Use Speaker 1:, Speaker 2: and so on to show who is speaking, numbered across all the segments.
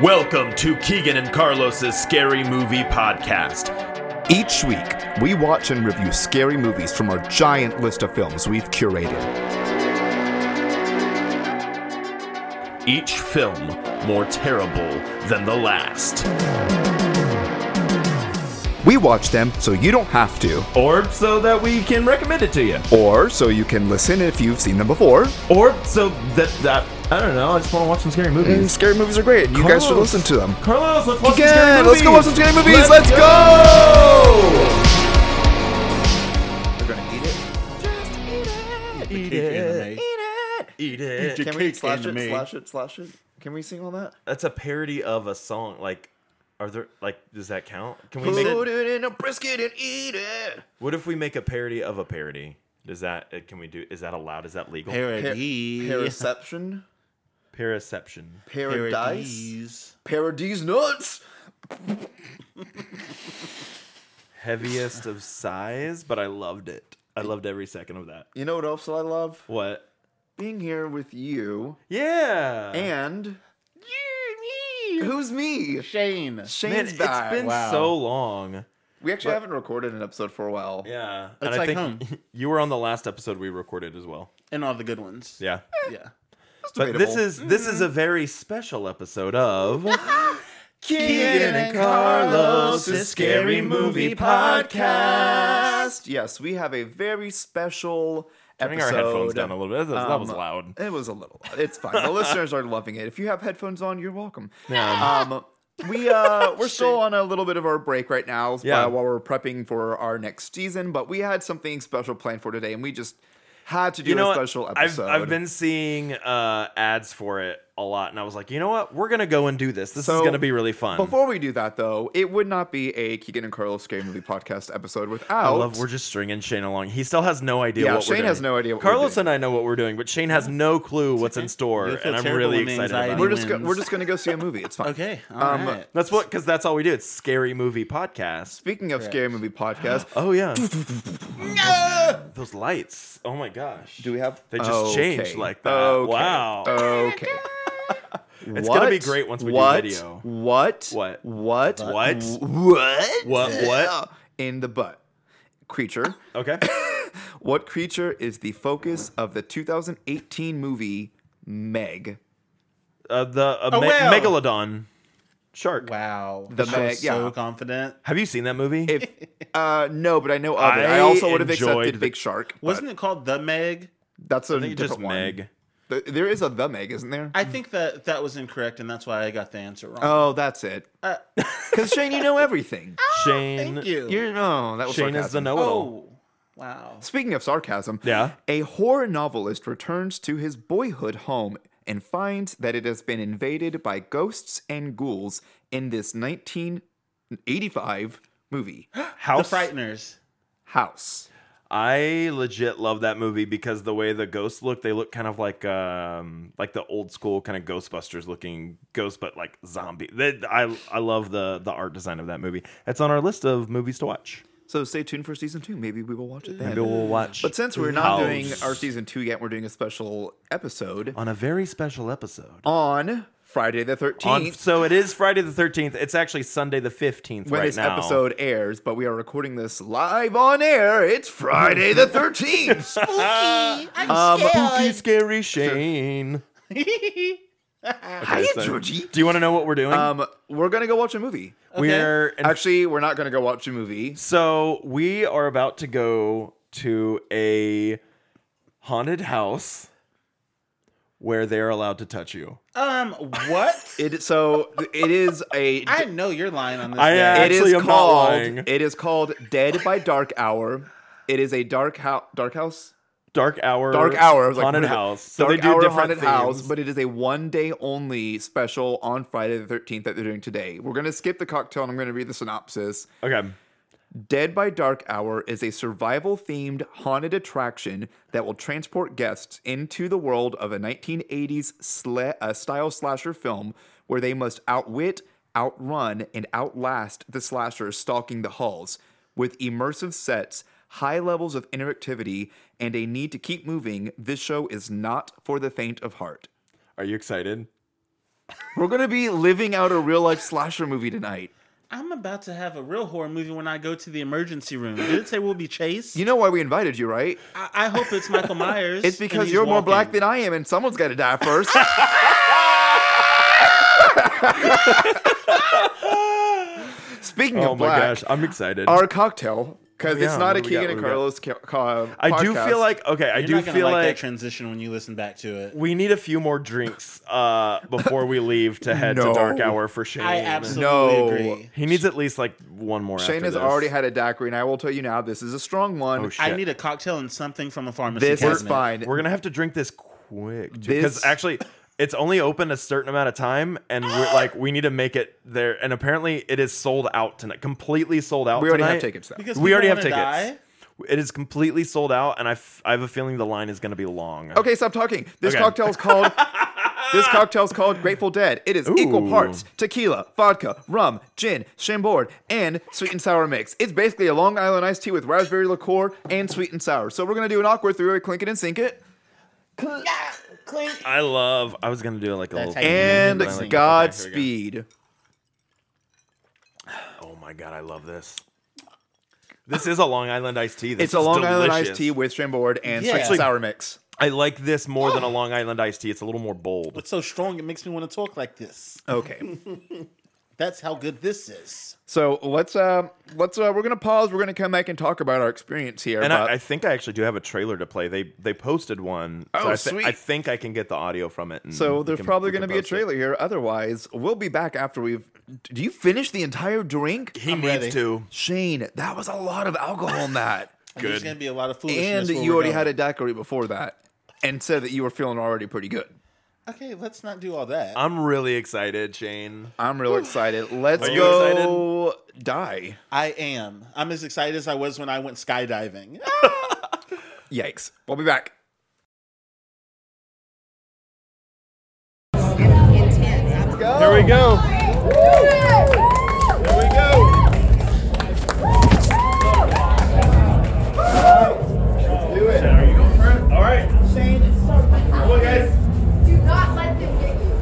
Speaker 1: Welcome to Keegan and Carlos's Scary Movie Podcast.
Speaker 2: Each week, we watch and review scary movies from our giant list of films we've curated.
Speaker 1: Each film more terrible than the last.
Speaker 2: We watch them so you don't have to,
Speaker 1: Or so that we can recommend it to you.
Speaker 2: or so you can listen if you've seen them before.
Speaker 1: Or so that, that I don't know, I just want to watch some scary
Speaker 2: And
Speaker 1: movies.
Speaker 2: Mm, scary movies are great, and you guys should
Speaker 1: Carlos.
Speaker 2: listen to them.
Speaker 1: Carlos, let's watch some scary
Speaker 2: Again,
Speaker 1: movies.
Speaker 2: let's go watch some scary movies. Let's, go. They're gonna eat it.
Speaker 1: Eat it. Eat it.
Speaker 2: Can we
Speaker 3: cake
Speaker 2: slash it?
Speaker 3: anime.
Speaker 2: Slash it? Slash it? Can we sing all that?
Speaker 1: That's a parody of a song. Like, are there like does that count? Can we
Speaker 2: Put
Speaker 1: make?
Speaker 2: it in a brisket and eat it.
Speaker 1: What if we make a parody of a parody? Does that uh, can we do? Is that allowed? Is that legal?
Speaker 3: Parody.
Speaker 2: Paraception.
Speaker 1: Paraception.
Speaker 2: Paradise. Paradise nuts.
Speaker 1: Heaviest of size, but I loved it. I loved every second of that.
Speaker 2: You know what else I love?
Speaker 1: What?
Speaker 2: Being here with you
Speaker 1: Yeah.
Speaker 2: and who's me?
Speaker 3: Shane.
Speaker 1: Man,
Speaker 2: Shane's
Speaker 1: it's
Speaker 2: back.
Speaker 1: been
Speaker 3: Wow.
Speaker 1: so long.
Speaker 2: we actually haven't recorded an episode for a while.
Speaker 1: Yeah.
Speaker 3: It's
Speaker 1: and I
Speaker 3: like
Speaker 1: think
Speaker 3: home.
Speaker 1: you were on the last episode we recorded as well.
Speaker 3: And all the good ones.
Speaker 1: Yeah.
Speaker 3: Yeah.
Speaker 2: Eh, It's
Speaker 1: But this
Speaker 2: debatable. Mm-hmm.
Speaker 1: is this is a very special episode of
Speaker 2: Keegan and
Speaker 3: Carlos's Scary Movie Podcast.
Speaker 2: Yes, we have a very special
Speaker 1: Turning our
Speaker 2: episode.
Speaker 1: headphones down a little bit. That, that was
Speaker 2: Um,
Speaker 1: loud.
Speaker 2: It was a little. loud. It's fine. The listeners are loving it. If you have headphones on, you're welcome. Um, we uh, we're still on a little bit of our break right now
Speaker 1: Yeah.
Speaker 2: uh, while we're prepping for our next season, but we had something special planned for today, and we just had to do
Speaker 1: You know,
Speaker 2: a
Speaker 1: what?
Speaker 2: special
Speaker 1: I've,
Speaker 2: episode.
Speaker 1: I've been seeing uh, ads for it a lot, and I was like, you know what? We're gonna go and do this. This is
Speaker 2: So,
Speaker 1: gonna be really fun.
Speaker 2: Before we do that, though, it would not be a Keegan and Carlos Scary Movie Podcast episode without.
Speaker 1: I love we're just stringing Shane along. He still has no idea.
Speaker 2: Yeah,
Speaker 1: what we're
Speaker 2: Shane has
Speaker 1: doing.
Speaker 2: no idea what we're
Speaker 1: Carlos
Speaker 2: doing.
Speaker 1: and I know what we're doing, but Shane has no clue what's in store,
Speaker 3: You'll feel
Speaker 1: and I'm
Speaker 3: terrible
Speaker 1: really
Speaker 3: when the
Speaker 1: excited. About
Speaker 3: anxiety
Speaker 1: it.
Speaker 2: we're just go-
Speaker 3: wins.
Speaker 2: we're just gonna go see a movie. It's fine.
Speaker 3: Okay. all
Speaker 2: Um,
Speaker 3: right.
Speaker 1: That's what because that's all we do. It's scary movie podcast.
Speaker 2: Speaking of Scary Movie Podcast,
Speaker 1: Oh yeah, those lights. Oh my gosh,
Speaker 2: do we have?
Speaker 1: They just changed like that.
Speaker 2: Okay.
Speaker 1: Wow.
Speaker 2: Okay.
Speaker 1: It's gonna be great once we do
Speaker 2: what,
Speaker 1: video.
Speaker 2: What?
Speaker 1: What?
Speaker 2: What?
Speaker 1: What?
Speaker 2: What?
Speaker 1: What? What?
Speaker 2: In the butt. Creature.
Speaker 1: Okay.
Speaker 2: What creature is the focus of the 2018 movie Meg?
Speaker 1: Uh, the uh,
Speaker 3: A
Speaker 2: Oh,
Speaker 1: me-
Speaker 3: whale.
Speaker 1: megalodon shark.
Speaker 3: Wow.
Speaker 2: The
Speaker 3: I was
Speaker 2: Meg- yeah.
Speaker 3: so confident.
Speaker 1: Have you seen that movie?
Speaker 2: If uh no, but I know of it. I
Speaker 1: I
Speaker 2: also would have accepted
Speaker 1: enjoyed the-
Speaker 2: Big Shark. but
Speaker 3: Wasn't it called The Meg?
Speaker 2: that's a
Speaker 1: I think it's
Speaker 2: different
Speaker 1: just
Speaker 2: one.
Speaker 1: Meg.
Speaker 2: Th- There is a the Meg, isn't there?
Speaker 3: I think that that was incorrect, and that's why I got the answer wrong.
Speaker 2: Mm. oh, that's it.
Speaker 3: Uh,
Speaker 2: Because Shane, you know everything.
Speaker 1: Shane.
Speaker 3: thank you.
Speaker 2: You're no, that was
Speaker 1: Shane is the
Speaker 2: sarcasm.
Speaker 1: know-it-all.
Speaker 3: oh, wow.
Speaker 2: Speaking of sarcasm,
Speaker 1: Yeah.
Speaker 2: a horror novelist returns to his boyhood home and finds that it has been invaded by ghosts and ghouls in this 1985 movie,
Speaker 3: The
Speaker 1: House.
Speaker 3: Frighteners.
Speaker 2: House.
Speaker 1: I legit love that movie because the way the ghosts look, they look kind of like um like the old school kind of Ghostbusters looking ghost, but like zombie. They, I I love the the art design of that movie. It's on our list of movies to watch.
Speaker 2: So stay tuned for season two. Maybe we will watch it then.
Speaker 1: Maybe we'll watch.
Speaker 2: But since we're not doing
Speaker 1: House
Speaker 2: our season two yet, we're doing a special episode
Speaker 1: on a very special episode.
Speaker 2: on Friday the 13th.
Speaker 1: On, so it is Friday the thirteenth. It's actually Sunday the fifteenth
Speaker 2: when
Speaker 1: right
Speaker 2: this
Speaker 1: now.
Speaker 2: episode airs, but we are recording this live on air. It's Friday the 13th.
Speaker 1: Um, spooky, scary Shane.
Speaker 2: Hiya,
Speaker 1: so-
Speaker 2: Georgie.
Speaker 1: Do you want to know what we're doing?
Speaker 2: Um, we're gonna go watch a movie.
Speaker 1: We're in
Speaker 2: Actually, we're not gonna go watch a movie.
Speaker 1: So we are about to go to a haunted house where they're allowed to touch you.
Speaker 3: Um, what?
Speaker 2: It so it is a
Speaker 3: I know you're lying on this.
Speaker 1: I
Speaker 3: Meg.
Speaker 1: am.
Speaker 2: it is
Speaker 1: actually, I'm not
Speaker 2: called
Speaker 1: lying.
Speaker 2: it is called Dead by Dark Hour. It is a dark house, dark house,
Speaker 1: Dark hour.
Speaker 2: dark hour. I was like,
Speaker 1: haunted
Speaker 2: what is it?
Speaker 1: house. So
Speaker 2: dark
Speaker 1: they do
Speaker 2: hour
Speaker 1: different
Speaker 2: haunted house,
Speaker 1: themes.
Speaker 2: but it is a one day only special on Friday the thirteenth that they're doing today. We're gonna skip the cocktail and I'm gonna read the synopsis.
Speaker 1: okay.
Speaker 2: Dead by Dark Hour is a survival themed haunted attraction that will transport guests into the world of a 1980s sla- uh, style slasher film where they must outwit, outrun, and outlast the slashers stalking the halls. With immersive sets, high levels of interactivity, and a need to keep moving, this show is not for the faint of heart.
Speaker 1: Are you excited?
Speaker 2: We're gonna be living out a real life slasher movie tonight.
Speaker 3: I'm about to have a real horror movie when I go to the emergency room. Did it say we'll be chased?
Speaker 2: You know why we invited you, right?
Speaker 3: I, I hope it's Michael Myers.
Speaker 2: It's
Speaker 3: and
Speaker 2: because
Speaker 3: he's
Speaker 2: you're more
Speaker 3: walking.
Speaker 2: black than I am, and someone's got to die first. Speaking
Speaker 1: Oh
Speaker 2: of
Speaker 1: my
Speaker 2: black,
Speaker 1: gosh, I'm excited.
Speaker 2: our cocktail because
Speaker 1: yeah,
Speaker 2: it's not a
Speaker 1: what do we got,
Speaker 2: Keegan and
Speaker 1: what do we got?
Speaker 2: Carlos. Ca- ca-
Speaker 1: I do
Speaker 2: podcast.
Speaker 1: feel like okay. I
Speaker 3: You're
Speaker 1: do
Speaker 3: not gonna
Speaker 1: feel
Speaker 3: like,
Speaker 1: like
Speaker 3: that transition when you listen back to it.
Speaker 1: we need a few more drinks uh, before we leave to head
Speaker 2: No.
Speaker 1: to Dark Hour for Shane.
Speaker 3: I absolutely
Speaker 2: No.
Speaker 3: agree.
Speaker 1: He needs at least like one more.
Speaker 2: Shane
Speaker 1: after
Speaker 2: has
Speaker 1: this.
Speaker 2: already had a daiquiri, and I will tell you now, this is a strong one.
Speaker 1: Oh, shit.
Speaker 3: I need a cocktail and something from a pharmacy.
Speaker 2: this is
Speaker 3: cabinet.
Speaker 2: fine.
Speaker 1: We're gonna have to drink this quick
Speaker 2: This-
Speaker 1: because actually, it's only open a certain amount of time, and we're like we need to make it there. And apparently, it is sold out tonight. Completely sold out.
Speaker 2: We already have
Speaker 1: tonight.
Speaker 2: tickets though.
Speaker 3: Because
Speaker 1: We
Speaker 3: people
Speaker 1: already have
Speaker 3: wanna
Speaker 1: tickets.
Speaker 3: die.
Speaker 1: It is completely sold out, and I, f- I have a feeling the line is going to be long.
Speaker 2: Okay, stop talking. This
Speaker 1: Okay.
Speaker 2: cocktail's called. this cocktail's called Grateful Dead. It is equal
Speaker 1: Ooh.
Speaker 2: parts tequila, vodka, rum, gin, chambord, and sweet and sour mix. It's basically a Long Island iced tea with raspberry liqueur and sweet and sour. So we're gonna do an awkward three-way clink it and sink it.
Speaker 1: Mm-hmm.
Speaker 3: Uh,
Speaker 1: I love. I was going to do like a
Speaker 3: That's
Speaker 1: little.
Speaker 3: how you-
Speaker 2: And
Speaker 3: Okay, here we go.
Speaker 2: Godspeed.
Speaker 1: oh my god, I love this. This is a Long Island iced tea. This
Speaker 2: It's a
Speaker 1: is
Speaker 2: Long Island
Speaker 1: delicious.
Speaker 2: iced tea with chambord and sweet
Speaker 3: Yeah.
Speaker 2: and
Speaker 3: Actually-
Speaker 2: sour mix.
Speaker 1: I like this more than a Long Island iced tea. It's a little more bold.
Speaker 3: It's so strong it makes me want to talk like this.
Speaker 2: Okay.
Speaker 3: That's how good this is.
Speaker 2: So let's uh let's uh we're gonna pause. We're gonna come back and talk about our experience here.
Speaker 1: And
Speaker 2: but-
Speaker 1: I, I think I actually do have a trailer to play. They they posted one.
Speaker 2: Oh,
Speaker 1: I thi-
Speaker 2: sweet.
Speaker 1: I think I can get the audio from it. and
Speaker 2: So
Speaker 1: Mm, we
Speaker 2: there's
Speaker 1: can-
Speaker 2: probably
Speaker 1: we
Speaker 2: going to
Speaker 1: can
Speaker 2: be a
Speaker 1: post it.
Speaker 2: trailer here. Otherwise, we'll be back after we've. Do you finish the entire drink?
Speaker 1: He
Speaker 3: I'm
Speaker 1: needs
Speaker 3: ready.
Speaker 1: to.
Speaker 2: Shane, that was a lot of alcohol in that.
Speaker 3: And There's
Speaker 1: Good.
Speaker 3: going to be a lot of foolishness.
Speaker 2: and you already had a daiquiri before that and said that you were feeling already pretty good.
Speaker 3: it. Okay, let's not do all that.
Speaker 1: I'm really excited, Shane.
Speaker 2: I'm real excited. Let's
Speaker 1: Are you
Speaker 2: go die.
Speaker 3: I am. I'm as excited as I was when I went skydiving.
Speaker 2: Yikes. We'll be back.
Speaker 4: Let's go.
Speaker 1: Here we go.
Speaker 4: Here we go.
Speaker 1: All right. Well, guys,
Speaker 4: Do not let them get you.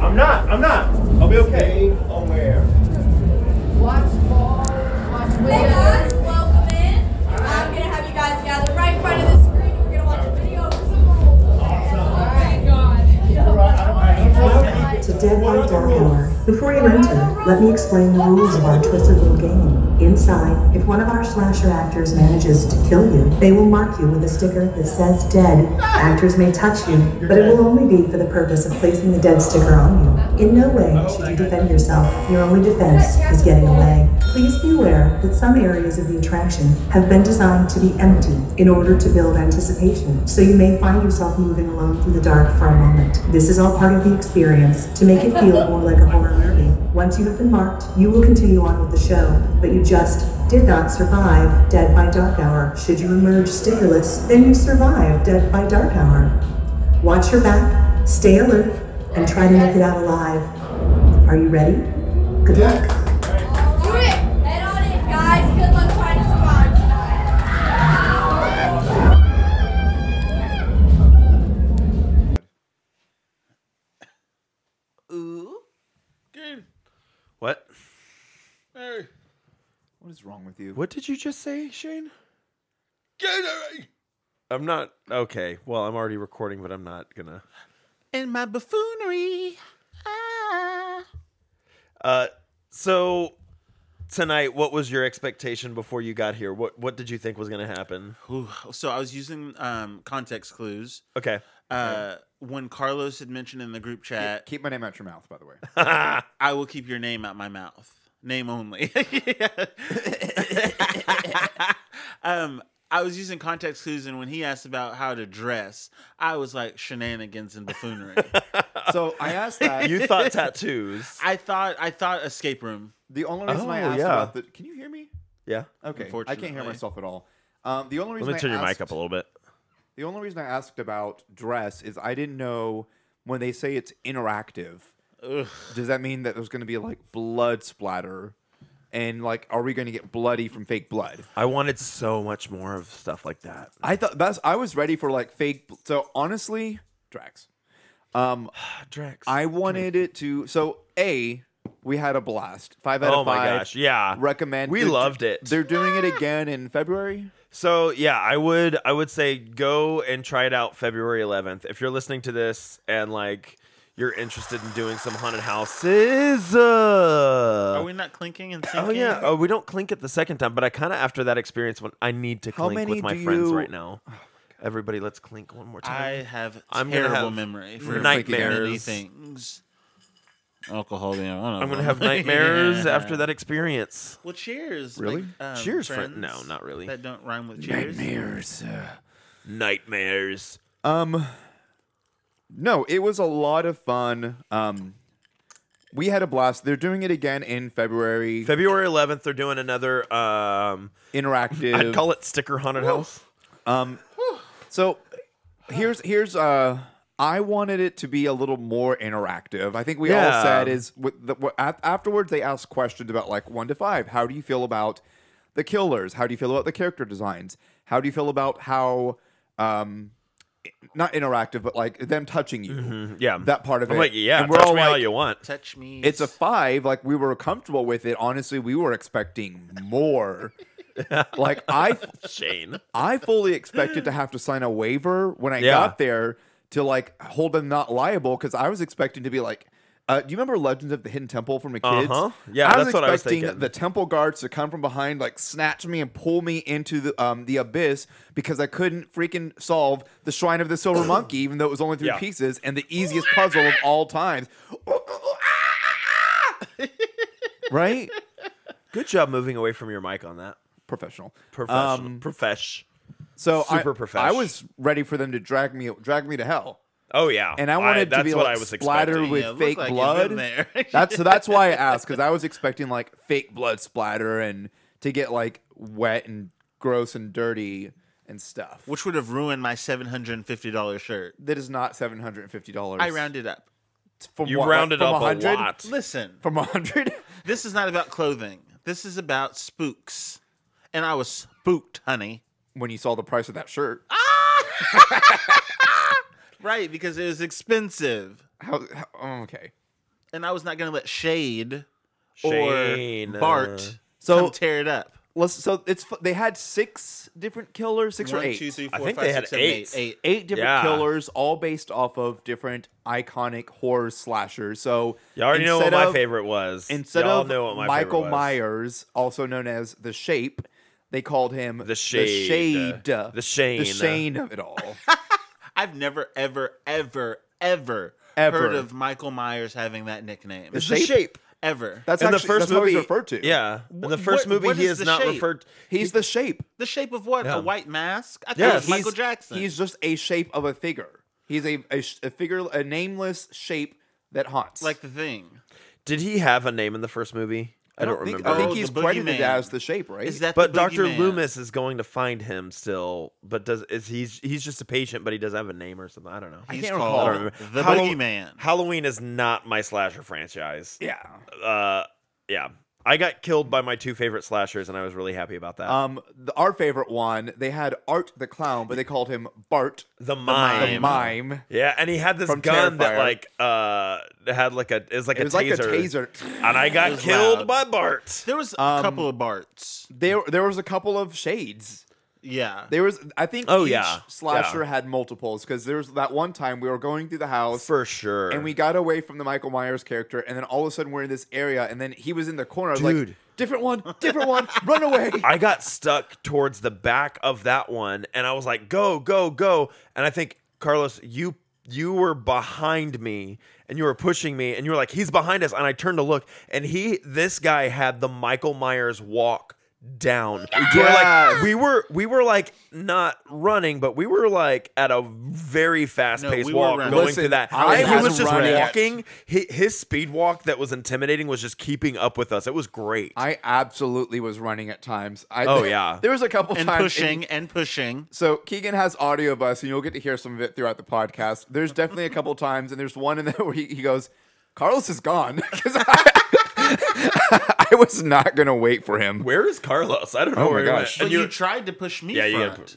Speaker 1: I'm not. I'm not. I'll be okay.
Speaker 4: Watch balls, watch
Speaker 5: Hey guys, welcome in. I'm gonna have you guys gather right in front of the screen. We're gonna watch a video of some rules. Oh my god.
Speaker 6: To Dead by Dark Hour. Before you enter, let me explain the rules of our twisted little game. Inside, if one of our slasher actors manages to kill you, they will mark you with a sticker that says dead. Actors may touch you, but it will only be for the purpose of placing the dead sticker on you. In no way should you defend yourself. Your only defense is getting away. Please be aware that some areas of the attraction have been designed to be empty in order to build anticipation, so you may find yourself moving alone through the dark for a moment. This is all part of the experience to make it feel more like a horror movie. Once you have been marked, you will continue on with the show, but you just did not survive Dead by Dark Hour. Should you emerge stickerless, then you survive Dead by Dark Hour. Watch your back, stay alert, and try to make it out alive. Are you ready? Good luck.
Speaker 5: Do it! Head on in, guys. Good luck trying to survive tonight.
Speaker 3: Good.
Speaker 1: What?
Speaker 3: Hey.
Speaker 2: What is wrong with you?
Speaker 1: What did you just say, Shane? I'm not okay. Well, I'm already recording, but I'm not gonna.
Speaker 3: And my buffoonery. Ah.
Speaker 1: Uh, so tonight, what was your expectation before you got here? What What did you think was gonna happen?
Speaker 3: Ooh, so I was using um, context clues.
Speaker 1: Okay.
Speaker 3: Uh, when Carlos had mentioned in the group chat,
Speaker 2: Keep my name out your mouth, by the way.
Speaker 3: I will keep your name out my mouth. Name only. um, I was using context clues, and when he asked about how to dress, I was like shenanigans and buffoonery.
Speaker 2: so I asked that.
Speaker 1: you thought tattoos?
Speaker 3: I thought, I thought escape room.
Speaker 2: the only reason I
Speaker 1: Oh,
Speaker 2: asked
Speaker 1: yeah.
Speaker 2: about the. Can you hear me?
Speaker 1: yeah.
Speaker 2: Okay. I can't hear
Speaker 3: Unfortunately.
Speaker 2: myself at all. Um, the only
Speaker 1: Let me
Speaker 2: reason Uh, I
Speaker 1: turn your mic
Speaker 2: asked-
Speaker 1: up a little bit.
Speaker 2: The only reason I asked about dress is I didn't know when they say it's interactive. Does that mean that there's going to be like blood splatter? And like, are we going to get bloody from fake blood?
Speaker 1: I wanted so much more of stuff like that.
Speaker 2: I thought that's I was ready for like fake. bl- So honestly, Drax, Um,
Speaker 1: Drex.
Speaker 2: I wanted it to. So a, we had a blast. Five out
Speaker 1: oh
Speaker 2: of
Speaker 1: my
Speaker 2: five.
Speaker 1: gosh, yeah.
Speaker 2: Recommend.
Speaker 1: We
Speaker 2: They're-
Speaker 1: loved it.
Speaker 2: They're doing it again in February.
Speaker 1: So yeah, I would I would say go and try it out February 11th. If you're listening to this and like you're interested in doing some haunted houses. uh,
Speaker 3: Are we not clinking and
Speaker 1: Oh
Speaker 3: sinking?
Speaker 1: yeah, oh, we don't clink it the second time, but I kind of after that experience when I need to
Speaker 2: How
Speaker 1: clink
Speaker 2: many
Speaker 1: with my
Speaker 2: do
Speaker 1: friends
Speaker 2: you-
Speaker 1: right now. Everybody, let's clink one more
Speaker 3: I
Speaker 1: time.
Speaker 3: have
Speaker 1: I'm gonna
Speaker 3: terrible
Speaker 1: have
Speaker 3: memory for
Speaker 1: nightmares.
Speaker 3: many things. Alcohol, yeah. I
Speaker 1: I,
Speaker 3: don't
Speaker 1: am gonna
Speaker 3: know.
Speaker 1: have nightmares
Speaker 3: Yeah.
Speaker 1: after that experience.
Speaker 3: Well, cheers.
Speaker 2: Really?
Speaker 3: like, um,
Speaker 1: Cheers, friend. No, not really.
Speaker 3: That don't rhyme with cheers.
Speaker 1: Nightmares.
Speaker 2: Um, no, it was a lot of fun. Um, we had a blast. They're doing it again in February.
Speaker 1: February 11th, they're doing another. Um,
Speaker 2: Interactive.
Speaker 1: I'd call it sticker haunted house.
Speaker 2: So here's here's uh I wanted it to be a little more interactive. I think we all
Speaker 1: Yeah.
Speaker 2: said is with the, what- af- afterwards they asked questions about like one to five. How do you feel about the killers? How do you feel about the character designs? How do you feel about how um i- not interactive but like them touching you?
Speaker 1: Yeah,
Speaker 2: That part of
Speaker 1: Mm-hmm. I'm like,
Speaker 2: it.
Speaker 1: yeah,
Speaker 2: And we're
Speaker 1: touch
Speaker 2: all
Speaker 1: me all
Speaker 2: like-
Speaker 1: you want.
Speaker 3: Touch me.
Speaker 2: It's a five. Like we were comfortable with it. Honestly, we were expecting more. like I
Speaker 1: Shane.
Speaker 2: I fully expected to have to sign a waiver when I
Speaker 1: Yeah.
Speaker 2: got there to like hold them not liable because I was expecting to be like, uh, do you remember Legends of the Hidden Temple from the kids?
Speaker 1: Uh-huh. Yeah,
Speaker 2: I was
Speaker 1: that's what I was
Speaker 2: expecting
Speaker 1: thinking.
Speaker 2: the temple guards to come from behind, like snatch me and pull me into the um, the abyss because I couldn't freaking solve the Shrine of the Silver Monkey, even though it was only three
Speaker 1: Yeah.
Speaker 2: pieces and the easiest puzzle of all times. ah, right?
Speaker 1: Good job moving away from your mic on that.
Speaker 2: Professional.
Speaker 1: Professional.
Speaker 2: Um,
Speaker 1: profesh.
Speaker 2: so I-
Speaker 1: super
Speaker 2: I
Speaker 1: profesh.
Speaker 2: was ready for them to drag me drag me to hell.
Speaker 1: Oh yeah.
Speaker 2: and I wanted to
Speaker 1: that's
Speaker 2: be
Speaker 1: what
Speaker 2: like
Speaker 1: I was
Speaker 2: splattered
Speaker 1: expecting.
Speaker 2: with
Speaker 3: Yeah, it looked
Speaker 2: fake
Speaker 3: like you've been
Speaker 2: blood.
Speaker 3: there.
Speaker 2: that's so that's why I asked because I was expecting like fake blood splatter and to get like wet and gross and dirty and stuff.
Speaker 3: which would have ruined my seven hundred and fifty dollars shirt.
Speaker 2: that is not seven hundred and fifty dollars.
Speaker 3: I rounded up.
Speaker 2: from
Speaker 1: You
Speaker 2: what, like,
Speaker 1: rounded
Speaker 2: from
Speaker 1: up
Speaker 2: 100?
Speaker 1: a lot.
Speaker 3: Listen,
Speaker 2: from hundred.
Speaker 3: this is not about clothing. This is about spooks, and I was spooked, honey.
Speaker 2: when you saw the price of that shirt,
Speaker 3: Right, because it was expensive,
Speaker 2: how, how- oh, okay.
Speaker 3: and I was not gonna let Shade
Speaker 1: Shane,
Speaker 3: or
Speaker 1: uh,
Speaker 3: Bart
Speaker 2: So-
Speaker 3: come tear it up.
Speaker 2: Let's so it's they had six different killers, six or
Speaker 3: One,
Speaker 2: eight.
Speaker 3: two, three,
Speaker 1: I
Speaker 3: four,
Speaker 1: think
Speaker 3: five,
Speaker 1: they
Speaker 3: six,
Speaker 1: had
Speaker 3: seven, eight.
Speaker 1: eight.
Speaker 3: Eight.
Speaker 2: eight different
Speaker 1: Yeah.
Speaker 2: killers, all based off of different iconic horror slashers. So
Speaker 1: You already know what
Speaker 2: instead
Speaker 1: my
Speaker 2: of-
Speaker 1: favorite was.
Speaker 2: Instead
Speaker 1: Y'all
Speaker 2: of
Speaker 1: know what my
Speaker 2: Michael
Speaker 1: favorite was.
Speaker 2: Myers, also known as the Shape, they called him the
Speaker 1: Shade.
Speaker 2: Shade,
Speaker 1: The
Speaker 2: the
Speaker 1: Shane.
Speaker 2: Shane of it all.
Speaker 3: I've never, ever, ever, ever,
Speaker 2: Ever.
Speaker 3: heard of Michael Myers having that nickname.
Speaker 1: the shape.
Speaker 3: ever.
Speaker 2: That's
Speaker 1: In
Speaker 2: actually,
Speaker 1: the first
Speaker 2: that's how
Speaker 1: movie
Speaker 2: he's referred to.
Speaker 1: Yeah. In the first
Speaker 3: what-
Speaker 1: movie,
Speaker 3: what
Speaker 1: he
Speaker 3: is
Speaker 1: is
Speaker 3: the
Speaker 1: not
Speaker 3: shape?
Speaker 1: referred.
Speaker 2: he's the Shape.
Speaker 3: the shape of what?
Speaker 1: Yeah.
Speaker 3: A white mask? I thought
Speaker 1: Yeah,
Speaker 3: it was Michael
Speaker 1: he's-
Speaker 3: Jackson.
Speaker 2: He's just a shape of a figure. He's a a, sh- a figure, a nameless shape that haunts.
Speaker 3: like the thing.
Speaker 1: Did he have a name in the first movie? I, don't,
Speaker 2: think,
Speaker 1: remember.
Speaker 2: I think
Speaker 3: Oh,
Speaker 2: he's
Speaker 3: the
Speaker 2: credited
Speaker 3: boogeyman.
Speaker 2: as the Shape, right?
Speaker 3: Is that
Speaker 1: but
Speaker 3: the
Speaker 1: Doctor
Speaker 3: boogeyman?
Speaker 1: Loomis is going to find him still. But does is he's he's just a patient, but he does have a name or something. I don't know.
Speaker 3: He's
Speaker 2: can't
Speaker 1: I
Speaker 2: recall.
Speaker 1: don't
Speaker 3: called
Speaker 1: remember.
Speaker 3: the
Speaker 1: Hallow-
Speaker 3: boogeyman.
Speaker 1: Halloween is not my slasher franchise.
Speaker 2: yeah.
Speaker 1: Uh, yeah. I got killed by my two favorite slashers, and I was really happy about that.
Speaker 2: Um, the, our favorite one, they had Art the Clown, but they called him Bart
Speaker 1: the
Speaker 2: the
Speaker 1: mime.
Speaker 2: Mime.
Speaker 1: Yeah, and he had this
Speaker 2: From
Speaker 1: gun
Speaker 2: Terrifier.
Speaker 1: that like uh had like a is like
Speaker 2: It
Speaker 1: a taser.
Speaker 2: was like a taser.
Speaker 1: And I
Speaker 3: It
Speaker 1: got
Speaker 3: was
Speaker 1: killed
Speaker 3: loud.
Speaker 1: by Bart.
Speaker 3: There was a
Speaker 2: um,
Speaker 3: couple of Barts.
Speaker 2: There, there was a couple of shades.
Speaker 3: Yeah.
Speaker 2: There was, I think,
Speaker 1: Oh,
Speaker 2: each
Speaker 1: yeah.
Speaker 2: slasher
Speaker 1: Yeah.
Speaker 2: had multiples because there was that one time we were going through the house
Speaker 1: For sure.
Speaker 2: and we got away from the Michael Myers character, and then all of a sudden we're in this area, and then he was in the corner. I was like,
Speaker 1: Dude.
Speaker 2: different one, different one, run away.
Speaker 1: I got stuck towards the back of that one and I was like, go, go, go. And I think, Carlos, you you were behind me and you were pushing me and you were like, he's behind us. And I turned to look and he this guy had the Michael Myers walk down. We were
Speaker 2: Yes.
Speaker 1: like we were we were like not running, but we were like at a very fast
Speaker 3: No,
Speaker 1: paced
Speaker 3: we were
Speaker 1: walk
Speaker 3: running.
Speaker 1: going
Speaker 2: Listen,
Speaker 1: through that.
Speaker 2: I
Speaker 1: And
Speaker 2: was
Speaker 1: he was just
Speaker 2: running.
Speaker 1: walking. He, his speed walk that was intimidating was just keeping up with us. It was great.
Speaker 2: I absolutely was running at times. I,
Speaker 1: Oh, yeah.
Speaker 2: there was a couple
Speaker 3: and
Speaker 2: times.
Speaker 3: pushing and pushing.
Speaker 2: So Keegan has audio of us, and you'll get to hear some of it throughout the podcast. There's definitely a couple times, and there's one in there where he, he goes, "Carlos is gone," 'Cause I, I was not gonna wait for him.
Speaker 1: Where is Carlos? I don't know
Speaker 2: Oh my
Speaker 1: where he went.
Speaker 2: gosh.
Speaker 3: But
Speaker 1: And
Speaker 3: you
Speaker 1: you-
Speaker 3: tried to push me
Speaker 1: Yeah, you
Speaker 3: front.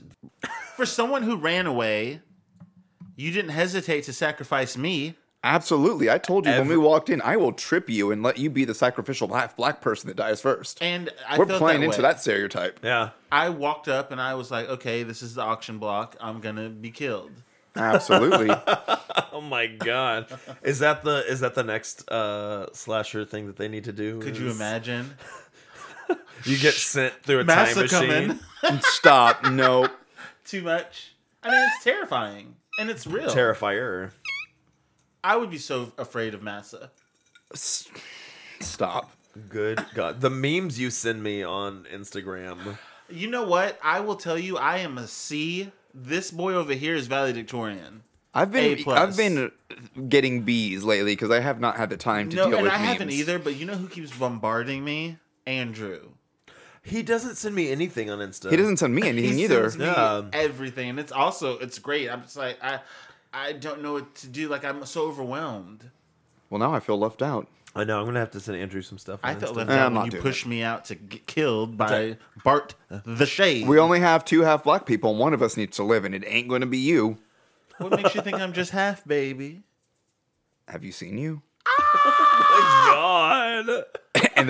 Speaker 3: For someone who ran away, You didn't hesitate to sacrifice me.
Speaker 2: Absolutely. I told you when we walked in, I will trip you and let you be the sacrificial black, black person that dies first.
Speaker 3: And I
Speaker 2: We're
Speaker 3: felt
Speaker 2: playing
Speaker 3: that
Speaker 2: into
Speaker 3: way.
Speaker 2: that stereotype.
Speaker 1: Yeah.
Speaker 3: I walked up and I was like, okay, this is the auction block. I'm gonna be killed.
Speaker 2: Absolutely.
Speaker 1: Oh my god. Is that the is that the next uh slasher thing that they need to do?
Speaker 3: Could you
Speaker 1: is
Speaker 3: imagine?
Speaker 1: You get sent through a time
Speaker 3: Massa
Speaker 1: machine.
Speaker 3: coming.
Speaker 2: Stop. No.
Speaker 3: Too much. I mean, it's terrifying and it's real.
Speaker 1: Terrifier.
Speaker 3: I would be so afraid of Massa.
Speaker 2: S- Stop.
Speaker 1: Good god. The memes you send me on Instagram.
Speaker 3: You know what? I will tell you, I am a C. This boy over here is valedictorian.
Speaker 2: I've been
Speaker 3: A plus.
Speaker 2: I've been getting B's lately because I have not had the time to
Speaker 3: No,
Speaker 2: deal
Speaker 3: and
Speaker 2: with
Speaker 3: I
Speaker 2: memes.
Speaker 3: haven't either. But you know who keeps bombarding me? Andrew.
Speaker 1: He doesn't send me anything on Insta.
Speaker 2: He doesn't send me anything
Speaker 3: He
Speaker 2: either.
Speaker 3: sends me
Speaker 1: Yeah.
Speaker 3: everything, and it's also it's great. I'm just like I, I don't know what to do. Like I'm so overwhelmed.
Speaker 2: Well, now I feel left out.
Speaker 1: I know. I'm gonna have to send Andrew some stuff.
Speaker 3: I
Speaker 1: on
Speaker 3: felt
Speaker 1: Insta.
Speaker 3: left
Speaker 2: I'm
Speaker 3: out
Speaker 2: not
Speaker 3: when you
Speaker 2: doing
Speaker 3: pushed me out to get killed by Bart the Shade.
Speaker 2: We only have two half black people, and one of us needs to live, and it ain't going to be you.
Speaker 3: what makes you think I'm just half baby?
Speaker 2: Have you seen you?
Speaker 1: God.
Speaker 2: And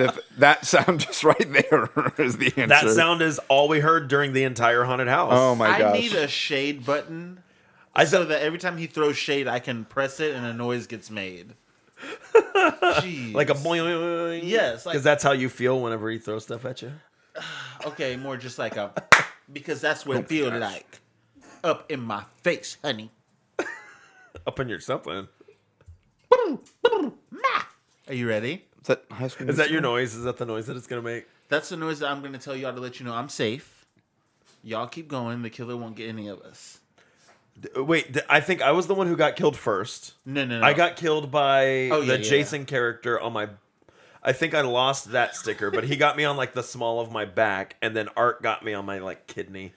Speaker 2: if that sound just right there is the answer.
Speaker 1: That sound is all we heard during the entire haunted house.
Speaker 2: Oh my
Speaker 3: I
Speaker 2: gosh!
Speaker 3: need a shade button
Speaker 1: I
Speaker 3: so
Speaker 1: said
Speaker 3: that every time he throws shade, I can press it and a noise gets made. Jeez.
Speaker 1: like a boing.
Speaker 3: Yes, like-
Speaker 1: because that's how you feel whenever he throws stuff at you.
Speaker 3: okay, more just like a because that's
Speaker 1: Oh
Speaker 3: what it feels like up in my face, honey.
Speaker 1: Up in your something.
Speaker 3: Are you ready?
Speaker 2: Is that high school?
Speaker 1: Is that your
Speaker 2: musical?
Speaker 1: noise? Is that the noise that it's gonna make?
Speaker 3: That's the noise that I'm gonna tell y'all to let you know I'm safe. Y'all keep going. The killer won't get any of us.
Speaker 1: Uh, Wait, th- I think I was the one who got killed first.
Speaker 3: No, no, no.
Speaker 1: I got killed by
Speaker 3: Oh, yeah,
Speaker 1: the
Speaker 3: yeah,
Speaker 1: Jason character on my. I think I lost that sticker, but he got me on like the small of my back, and then Art got me on my like kidney.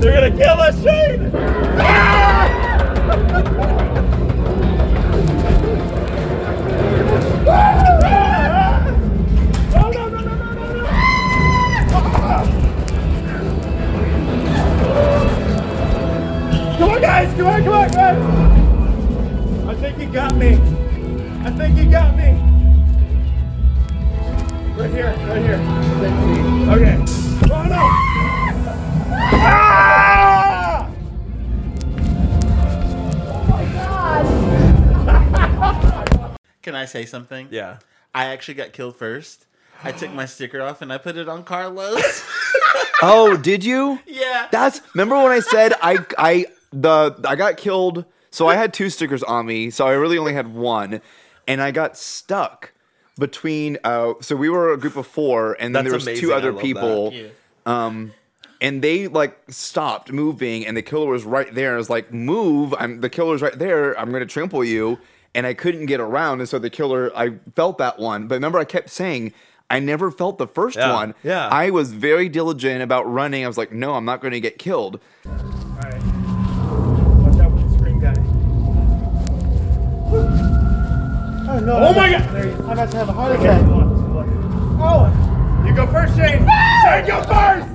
Speaker 1: They're gonna kill us, Shane!
Speaker 7: Come on, guys! Come on, come on, guys! I think you got me. I think you got me. Right here, right here. Okay. Oh no! Ah!
Speaker 3: Can I say something?
Speaker 1: Yeah.
Speaker 3: I actually got killed first. I took my sticker off and I put it on Carlos.
Speaker 2: Oh, did you?
Speaker 3: yeah.
Speaker 2: That's remember when I said I I the I got killed. So I had two stickers on me, so I really only had one, and I got stuck between. Uh, so we were a group of four, and
Speaker 1: That's
Speaker 2: then there was
Speaker 1: amazing,
Speaker 2: two
Speaker 1: I
Speaker 2: other
Speaker 1: love
Speaker 2: people.
Speaker 3: Thank you.
Speaker 2: Um, and they like stopped moving, and the killer was right there. I was like, "Move! I'm the killer's right there. I'm gonna trample you." And I couldn't get around, and so the killer. I felt that one, but remember, I kept saying. I never felt the first
Speaker 1: Yeah,
Speaker 2: one.
Speaker 1: yeah.
Speaker 2: I was very diligent about running. I was like, no, I'm not going to get killed.
Speaker 7: Alright. Watch out with the screen guy. Oh, no, oh my god! I'm about to have a heart attack. Oh! You go first, Shane! Shane, go first!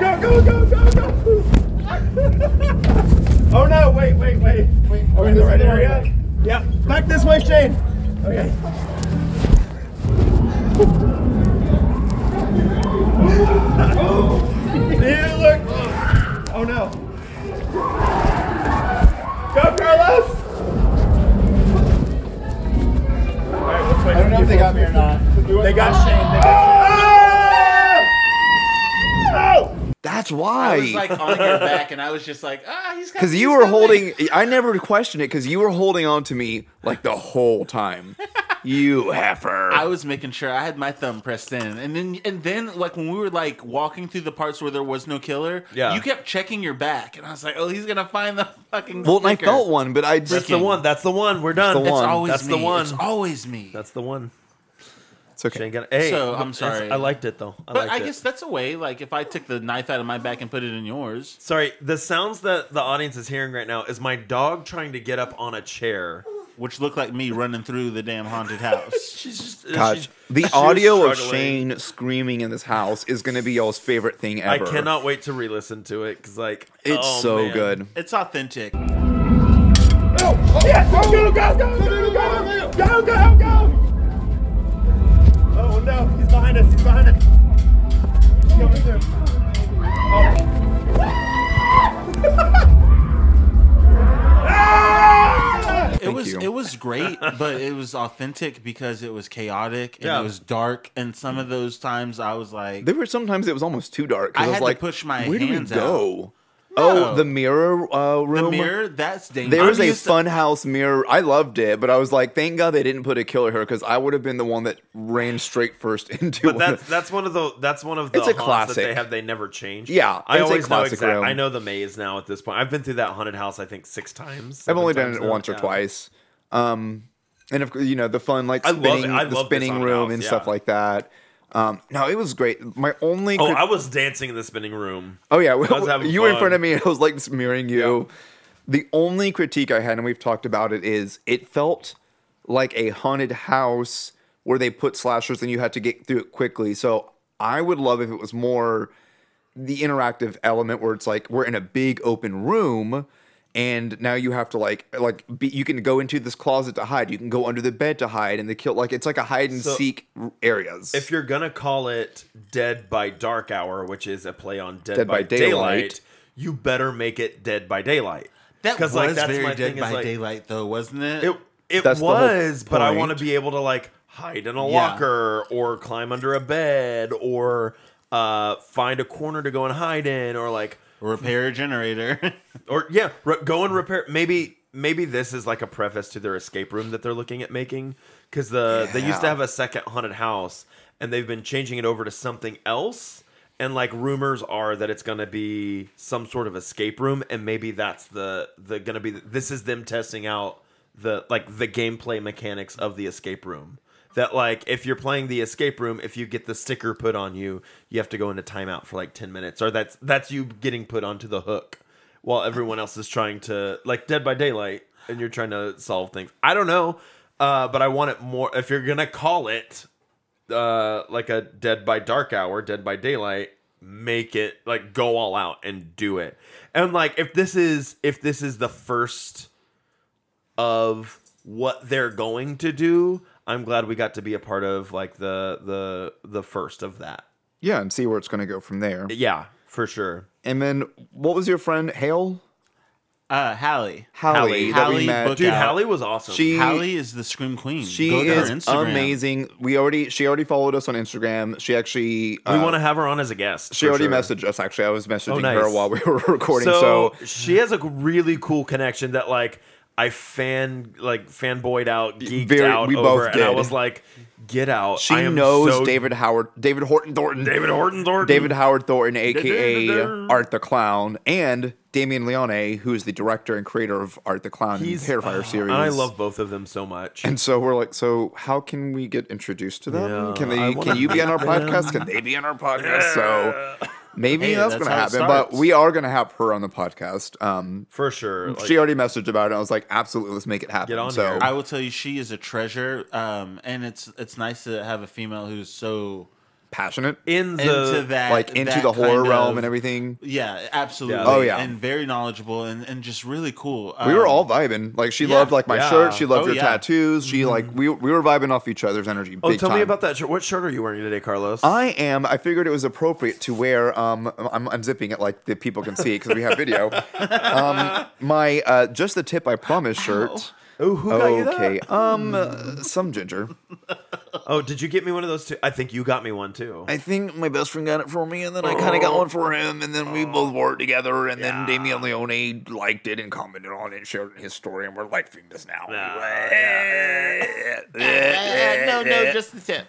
Speaker 7: Go, go, go, go, go! oh no, wait, wait, wait. wait Are we in the right area? Yep. Back this way, Shane! Okay. Here, look! Oh no. Go, Carlos! I don't know if they got me or not. They got Shane. They got Shane. Oh!
Speaker 2: That's
Speaker 3: I
Speaker 2: why.
Speaker 3: was like on your back and I was just like, ah, he's got
Speaker 2: because
Speaker 3: me,
Speaker 2: you
Speaker 3: he's
Speaker 2: were
Speaker 3: got me."
Speaker 2: holding, I never questioned it because you were holding on to me like the whole time. you heifer.
Speaker 3: I was making sure I had my thumb pressed in, and then and then like when we were like walking through the parts where there was no killer,
Speaker 1: Yeah.
Speaker 3: you kept checking your back, and I was like, oh, he's gonna find the fucking.
Speaker 2: well, and I
Speaker 3: sticker.
Speaker 2: felt one, but I
Speaker 1: That's
Speaker 2: just.
Speaker 1: the one. That's the one. We're done.
Speaker 2: the
Speaker 3: It's
Speaker 2: one.
Speaker 3: always
Speaker 1: That's the
Speaker 3: me.
Speaker 1: one.
Speaker 3: It's always me.
Speaker 1: That's the one.
Speaker 2: It's okay.
Speaker 1: Shane got it. Hey,
Speaker 3: So, I'm
Speaker 1: it's-
Speaker 3: sorry.
Speaker 1: I liked it though. I
Speaker 3: but
Speaker 1: liked
Speaker 3: I
Speaker 1: it.
Speaker 3: guess that's a way. Like if I took the knife out of my back and put it in yours,
Speaker 1: Sorry, the sounds that the audience is hearing right now is my dog trying to get up on a chair
Speaker 3: which looked like me running through the damn haunted house.
Speaker 1: She's just uh,
Speaker 2: Gosh,
Speaker 1: she's-
Speaker 2: the
Speaker 1: she was
Speaker 2: audio of
Speaker 1: struggling.
Speaker 2: Shane screaming in this house is going to be y'all's favorite thing
Speaker 1: I
Speaker 2: ever.
Speaker 1: cannot wait to re-listen to it because like
Speaker 2: It's
Speaker 1: oh,
Speaker 2: so
Speaker 1: man.
Speaker 2: good.
Speaker 3: It's authentic.
Speaker 7: Yes, go, go, go, go, go, go, go, go, go. Oh no, he's behind us, he's behind us. He's coming through. Oh.
Speaker 3: It was
Speaker 2: you.
Speaker 3: it was great, but it was authentic because it was chaotic and
Speaker 1: Yeah.
Speaker 3: it was dark. And some of those times I was like,
Speaker 2: There were sometimes it was almost too dark. 'cause
Speaker 3: I
Speaker 2: was
Speaker 3: had to
Speaker 2: like,
Speaker 3: push my
Speaker 2: Where
Speaker 3: hands
Speaker 2: do we go? Oh,
Speaker 3: No.
Speaker 2: the mirror uh, room.
Speaker 3: the mirror, that's dangerous.
Speaker 2: There
Speaker 3: I'm
Speaker 2: was a
Speaker 3: used to-
Speaker 2: fun house mirror. I loved it, but I was like, thank God they didn't put a killer here because I would have been the one that ran straight first into.
Speaker 1: But
Speaker 2: one of
Speaker 1: that's that's one of the that's one of the
Speaker 2: It's a
Speaker 1: haunts that they
Speaker 2: classic.
Speaker 1: have they never change.
Speaker 2: Yeah,
Speaker 1: I
Speaker 2: it's a
Speaker 1: always know
Speaker 2: classic
Speaker 1: exact,
Speaker 2: room.
Speaker 1: I know the maze now at this point. I've been through that haunted house I think six times.
Speaker 2: I've only
Speaker 1: seven
Speaker 2: done it
Speaker 1: times now.
Speaker 2: once or
Speaker 1: Yeah.
Speaker 2: twice. Um, and of course, you know the fun like
Speaker 1: I love it.
Speaker 2: spinning,
Speaker 1: I love
Speaker 2: the
Speaker 1: this
Speaker 2: spinning
Speaker 1: haunted
Speaker 2: room
Speaker 1: house,
Speaker 2: and
Speaker 1: yeah.
Speaker 2: stuff like that. Um, no, it was great. My only
Speaker 1: Oh,
Speaker 2: crit-
Speaker 1: I was dancing in the spinning room.
Speaker 2: oh yeah, you
Speaker 1: was having
Speaker 2: were in
Speaker 1: fun.
Speaker 2: front of me and I was like just mirroring you. The only critique I had, and we've talked about it, is it felt like a haunted house where they put slashers and you had to get through it quickly. So I would love if it was more the interactive element where it's like we're in a big open room and now you have to like like be, you can go into this closet to hide you can go under the bed to hide and the kill like it's like a hide and
Speaker 1: So,
Speaker 2: seek r- areas
Speaker 1: If you're gonna call it Dead by Dark Hour, which is a play on Dead,
Speaker 2: Dead
Speaker 1: by,
Speaker 2: by
Speaker 1: Daylight,
Speaker 2: Daylight.
Speaker 1: you better make it Dead by Daylight.
Speaker 3: That was
Speaker 1: 'Cause, like, that's
Speaker 3: very
Speaker 1: my
Speaker 3: dead
Speaker 1: thing is,
Speaker 3: by
Speaker 1: like,
Speaker 3: daylight, though, wasn't it?
Speaker 1: It it
Speaker 2: That's the whole
Speaker 1: was, but I want to
Speaker 2: point.
Speaker 1: be able to like hide in a locker or climb under a bed or uh find a corner to go and hide in or like
Speaker 3: Repair a generator.
Speaker 1: or yeah, re- go and repair. Maybe maybe this is like a preface to their escape room that they're looking at making because the they used to
Speaker 2: Yeah.
Speaker 1: have a second haunted house and they've been changing it over to something else. And like rumors are that it's gonna be some sort of escape room, and maybe that's the the gonna be this is them testing out the like the gameplay mechanics of the escape room. That like if you're playing the escape room, if you get the sticker put on you, you have to go into timeout for like ten minutes, or that's that's you getting put onto the hook while everyone else is trying to like Dead by Daylight and you're trying to solve things. I don't know, uh, but I want it more. If you're gonna call it uh, like a Dead by Dark Hour, Dead by Daylight, make it like go all out and do it. And like if this is if this is the first of what they're going to do, I'm glad we got to be a part of like the the the first of that.
Speaker 2: yeah and see where it's going to go from there
Speaker 1: Yeah, for sure.
Speaker 2: and then what was your friend hale
Speaker 3: uh, Hallie.
Speaker 1: Hallie.
Speaker 2: that we
Speaker 3: Hallie
Speaker 2: met.
Speaker 3: Book
Speaker 1: Dude,
Speaker 3: out.
Speaker 1: Hallie was awesome.
Speaker 2: She-
Speaker 3: Hallie is the scream queen.
Speaker 2: she
Speaker 3: Go to her
Speaker 2: is
Speaker 3: Instagram.
Speaker 2: amazing we already she already followed us on instagram she actually
Speaker 1: we
Speaker 2: uh,
Speaker 1: want to have her on as a guest.
Speaker 2: she
Speaker 1: for
Speaker 2: already
Speaker 1: sure. Oh,
Speaker 2: messaged us actually i was messaging
Speaker 1: nice.
Speaker 2: her while we were recording
Speaker 1: So,
Speaker 2: so,
Speaker 1: she has a really cool connection that like I fan like fanboyed out, geeked
Speaker 2: Very-
Speaker 1: out
Speaker 2: we
Speaker 1: over,
Speaker 2: both
Speaker 1: and I
Speaker 2: did.
Speaker 1: was like, "Get out!"
Speaker 2: she
Speaker 1: I am
Speaker 2: knows
Speaker 1: so-
Speaker 2: david howard david horton thornton
Speaker 1: David Horton Thornton,
Speaker 2: David Howard Thornton, aka
Speaker 1: Da-da-da-da.
Speaker 2: Art the Clown, and Damien Leone, who is the director and creator of Art the Clown
Speaker 1: He's-
Speaker 2: and Terrifier series.
Speaker 1: and I love both of them so much.
Speaker 2: And so we're like, so how can we get introduced to them?
Speaker 1: Yeah,
Speaker 2: can
Speaker 1: I
Speaker 2: they?
Speaker 1: wanna
Speaker 2: Can you be on our podcast? Can they be on our podcast? So maybe
Speaker 3: Hey,
Speaker 2: that's,
Speaker 3: that's
Speaker 2: gonna
Speaker 3: how it
Speaker 2: happen. But
Speaker 3: starts.
Speaker 2: we are gonna have her on the podcast. Um,
Speaker 1: for sure. Like,
Speaker 2: she already messaged about it. I was like, absolutely, let's make it happen.
Speaker 1: Oh, Get on
Speaker 2: so
Speaker 1: here.
Speaker 3: I will tell you, she is a treasure. Um, and it's it's nice to have a female who's so
Speaker 2: passionate,
Speaker 1: in
Speaker 3: into
Speaker 1: the
Speaker 3: that,
Speaker 2: like into
Speaker 3: that
Speaker 2: the horror
Speaker 3: kind
Speaker 2: realm
Speaker 3: of-
Speaker 2: and everything.
Speaker 3: Yeah, absolutely.
Speaker 1: Yeah.
Speaker 2: Oh, yeah.
Speaker 3: and very knowledgeable and, and just really cool.
Speaker 2: We were
Speaker 3: Um,
Speaker 2: all vibing. Like she
Speaker 3: yeah,
Speaker 2: loved like my
Speaker 1: yeah.
Speaker 2: shirt. She loved
Speaker 3: Oh,
Speaker 2: her
Speaker 3: yeah.
Speaker 2: tattoos. She like we we were vibing off each other's energy.
Speaker 1: oh,
Speaker 2: big
Speaker 1: tell me
Speaker 2: time.
Speaker 1: about that shirt. What shirt are you wearing today, Carlos?
Speaker 2: I am. I figured it was appropriate to wear. Um, I'm unzipping it like the people can see because we have video. um, my uh, just the tip I promise shirt.
Speaker 1: oh, who got you that?
Speaker 2: Okay. Um, uh, some ginger.
Speaker 1: Oh, did you get me one of those too? I think you got me one too.
Speaker 2: I think my best friend got it for me, and then I kind of got one for him, and then we
Speaker 1: Oh.
Speaker 2: both wore it together, and then Damian Leone liked it and commented on it, and shared it in his story, and we're like famous now.
Speaker 3: no, no, just the tip.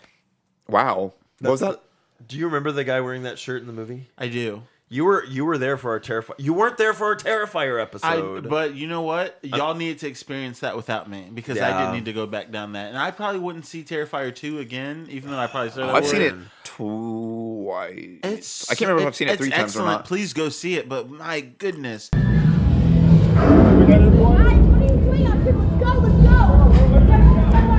Speaker 2: Wow. What was that?
Speaker 1: Do you remember the guy wearing that shirt in the movie?
Speaker 3: I do.
Speaker 1: You were you were there for our terrifier. You weren't there for our terrifier
Speaker 3: I,
Speaker 1: episode.
Speaker 3: but you know what?
Speaker 2: Uh,
Speaker 3: Y'all needed to experience that without me because I
Speaker 1: Yeah.
Speaker 3: didn't need to go back down that. And I probably wouldn't see Terrifier 2 again, even though I probably saw
Speaker 2: I've seen it twice.
Speaker 3: It's,
Speaker 2: I can't remember if I've seen it
Speaker 3: it's
Speaker 2: three times or
Speaker 3: excellent.
Speaker 2: not.
Speaker 3: Please go see it, but my goodness.
Speaker 7: Oh,
Speaker 5: Guys, what are you doing up here? Let's go, let's go.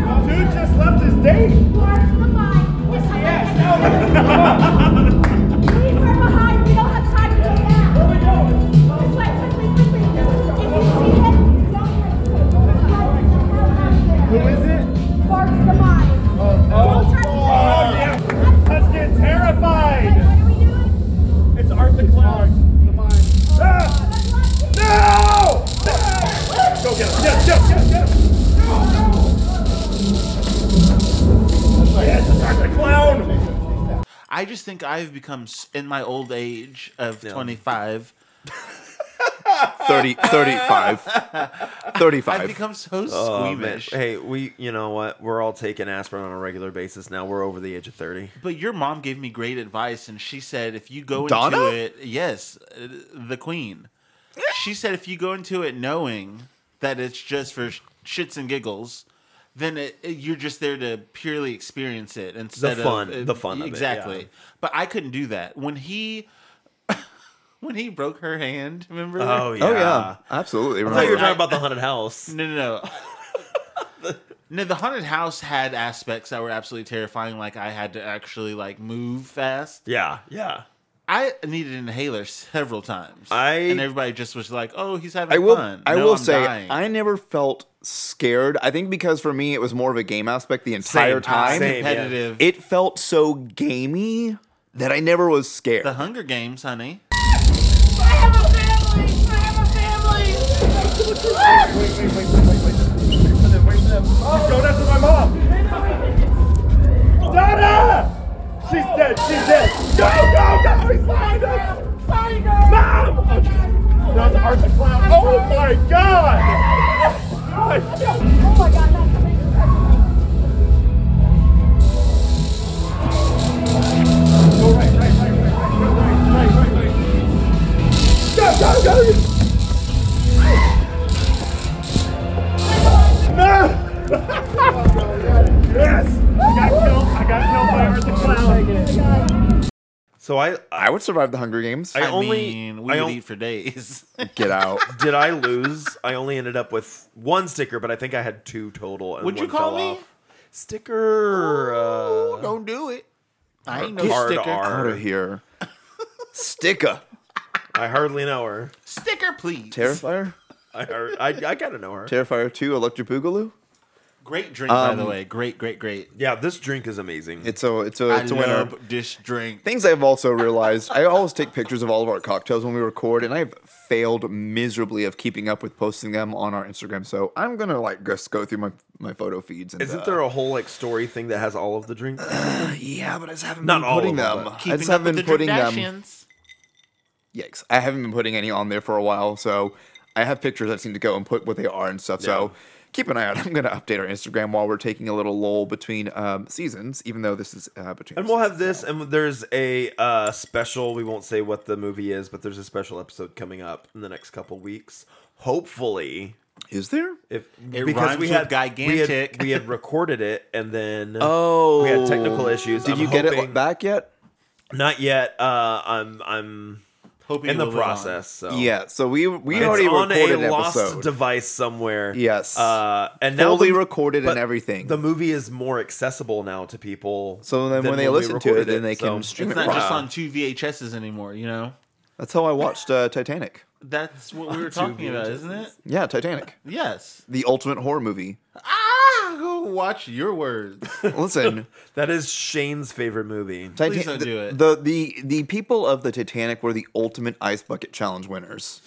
Speaker 5: Oh,
Speaker 7: Oh, Ah!
Speaker 3: I just think I've become s- in my old age of
Speaker 1: Yeah.
Speaker 3: 25.
Speaker 2: 30, 35. 35.
Speaker 3: I've become so
Speaker 1: Oh, man.
Speaker 3: squeamish.
Speaker 1: Hey, we, you know what? We're all taking aspirin on a regular basis now. We're over the age of 30.
Speaker 3: But your mom gave me great advice, and she said if you go
Speaker 2: Donna?
Speaker 3: into it, yes, uh, the queen. She said if you go into it knowing that it's just for sh- shits and giggles, then it, it- you're just there to purely experience it instead
Speaker 1: fun-
Speaker 3: of uh,
Speaker 1: the fun of it,
Speaker 3: exactly.
Speaker 1: yeah.
Speaker 3: But I couldn't do that when he when he broke her hand. Remember?
Speaker 1: yeah.
Speaker 2: oh, yeah. Absolutely.
Speaker 1: I thought you were
Speaker 2: Right.
Speaker 1: talking about the haunted house.
Speaker 3: No, no, no. no, the haunted house had aspects that were absolutely terrifying. Like I had to actually like move fast.
Speaker 1: Yeah, yeah.
Speaker 3: I needed an inhaler several times.
Speaker 1: I-
Speaker 3: and everybody just was like, "Oh, he's having
Speaker 2: I will.
Speaker 3: fun."
Speaker 2: I
Speaker 3: No,
Speaker 2: will
Speaker 3: I'm
Speaker 2: say
Speaker 3: dying.
Speaker 2: I never felt scared. I think because for me it was more of a game aspect the entire
Speaker 1: Same.
Speaker 2: time.
Speaker 3: I'm
Speaker 1: Same, yeah.
Speaker 3: competitive.
Speaker 2: It felt so gamey that I never was scared.
Speaker 3: the Hunger Games, honey.
Speaker 5: I have a family. I have a family. Ah!
Speaker 7: Wait, wait, wait, wait, wait, wait. Wait for them, wait for them. She's going after my mom. Donna! She's dead, she's dead. Go, go, go! He's behind us! Find her! Mom! Oh, jeez. Now the art the clown. Oh my god! God.
Speaker 5: Oh my God, that's amazing.
Speaker 7: Go right, right, right, right, right, right, right, right. Go, go, go! No! yes! I got killed. I got killed by Art the Clown.
Speaker 1: So I, I,
Speaker 2: I would survive the Hunger Games.
Speaker 1: I
Speaker 3: I,
Speaker 1: only
Speaker 3: mean, we
Speaker 1: I
Speaker 3: would
Speaker 1: on-
Speaker 3: eat for days.
Speaker 2: Get out.
Speaker 1: did I lose? I only ended up with one sticker, but I think I had two total. And
Speaker 3: Would you
Speaker 1: one
Speaker 3: call
Speaker 1: fell
Speaker 3: me?
Speaker 1: off. sticker? uh,
Speaker 3: Don't do it. I ain't no
Speaker 1: Hard
Speaker 3: sticker.
Speaker 1: R.
Speaker 2: out of here. Sticker.
Speaker 1: I hardly know her.
Speaker 3: Sticker, please.
Speaker 2: Terrifier.
Speaker 1: I har- I, I gotta know her.
Speaker 2: Terrifier Two. Electric Boogaloo.
Speaker 3: Great drink, by
Speaker 2: Um,
Speaker 3: the way. Great, great, great.
Speaker 1: Yeah, this drink is amazing.
Speaker 2: It's a. It's a. It's a
Speaker 3: I
Speaker 2: winner.
Speaker 3: love this drink.
Speaker 2: Things I've also realized, I always take pictures of all of our cocktails when we record, and I've failed miserably of keeping up with posting them on our Instagram. So I'm gonna like just go through my, my photo feeds. And,
Speaker 1: Isn't
Speaker 2: uh,
Speaker 1: there a whole like story thing that has all of the drinks?
Speaker 2: yeah, but I just haven't
Speaker 1: Not
Speaker 2: been
Speaker 1: all
Speaker 2: putting
Speaker 1: of them,
Speaker 2: them.
Speaker 1: but
Speaker 2: I just haven't been putting um, them.
Speaker 3: Kardashians.
Speaker 2: Yikes! I haven't been putting any on there for a while, so I have pictures. I just need to go and put what they are and stuff. So keep an eye out. I'm gonna update our Instagram while we're taking a little lull between um, seasons, even though this is uh, between.
Speaker 1: And we'll have this, and there's a uh, special. We won't say what the movie is, but there's a special episode coming up in the next couple weeks. Hopefully,
Speaker 2: is there?
Speaker 1: if
Speaker 3: It rhymes
Speaker 1: we
Speaker 3: with gigantic.
Speaker 1: had, we had recorded it, and then
Speaker 2: Oh,
Speaker 1: we had technical issues.
Speaker 2: Did
Speaker 1: I'm
Speaker 2: you get
Speaker 1: hoping-
Speaker 2: it back yet?
Speaker 1: Not yet. Uh, I'm I'm
Speaker 3: Hoping
Speaker 1: in
Speaker 3: it
Speaker 1: the
Speaker 3: will live on.
Speaker 1: process. So
Speaker 2: Oh. Yeah, so we we
Speaker 1: it's
Speaker 2: already
Speaker 1: on
Speaker 2: recorded
Speaker 1: a
Speaker 2: an
Speaker 1: lost
Speaker 2: episode.
Speaker 1: device somewhere.
Speaker 2: Yes.
Speaker 1: uh, and now
Speaker 2: Fully
Speaker 1: the-
Speaker 2: recorded
Speaker 1: but
Speaker 2: and everything.
Speaker 1: The movie is more accessible now to people.
Speaker 2: so then
Speaker 1: than
Speaker 2: when they
Speaker 1: we
Speaker 2: listen to it,
Speaker 1: recorded
Speaker 2: then they
Speaker 1: so-
Speaker 2: can stream
Speaker 3: It's
Speaker 2: it.
Speaker 3: not
Speaker 2: live.
Speaker 3: just on two VHSs anymore, you know?
Speaker 2: That's how I watched uh, Titanic.
Speaker 3: That's what we were talking about, isn't it?
Speaker 2: Yeah, Titanic,
Speaker 3: Yes.
Speaker 2: the ultimate horror movie.
Speaker 3: Ah, go watch your words.
Speaker 2: Listen,
Speaker 1: That is Shane's favorite movie.
Speaker 2: Titan-
Speaker 3: don't
Speaker 2: the,
Speaker 3: do it.
Speaker 2: The, the the people of the Titanic were the ultimate ice bucket challenge winners.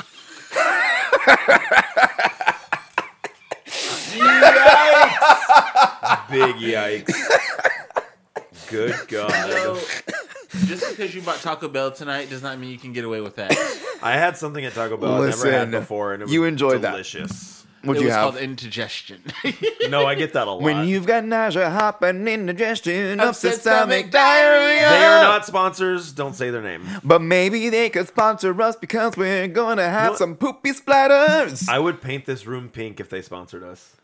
Speaker 1: Big yikes. Good God.
Speaker 3: Just because you bought Taco Bell tonight does not mean you can get away with that. It
Speaker 1: I had something at Taco Bell I never had
Speaker 2: Listen,
Speaker 1: before, and it was
Speaker 2: you enjoyed that.
Speaker 1: delicious.
Speaker 2: Would you
Speaker 3: was
Speaker 2: have
Speaker 3: called indigestion.
Speaker 1: No, I get that a lot.
Speaker 2: when you've got nausea, hopping indigestion, upset
Speaker 3: Upset stomach,
Speaker 2: stomach, diarrhea?
Speaker 1: they are not sponsors. Don't say their name.
Speaker 2: But maybe they could sponsor us because we're gonna have
Speaker 1: What?
Speaker 2: some poopy splatters.
Speaker 1: I would paint this room pink if they sponsored us.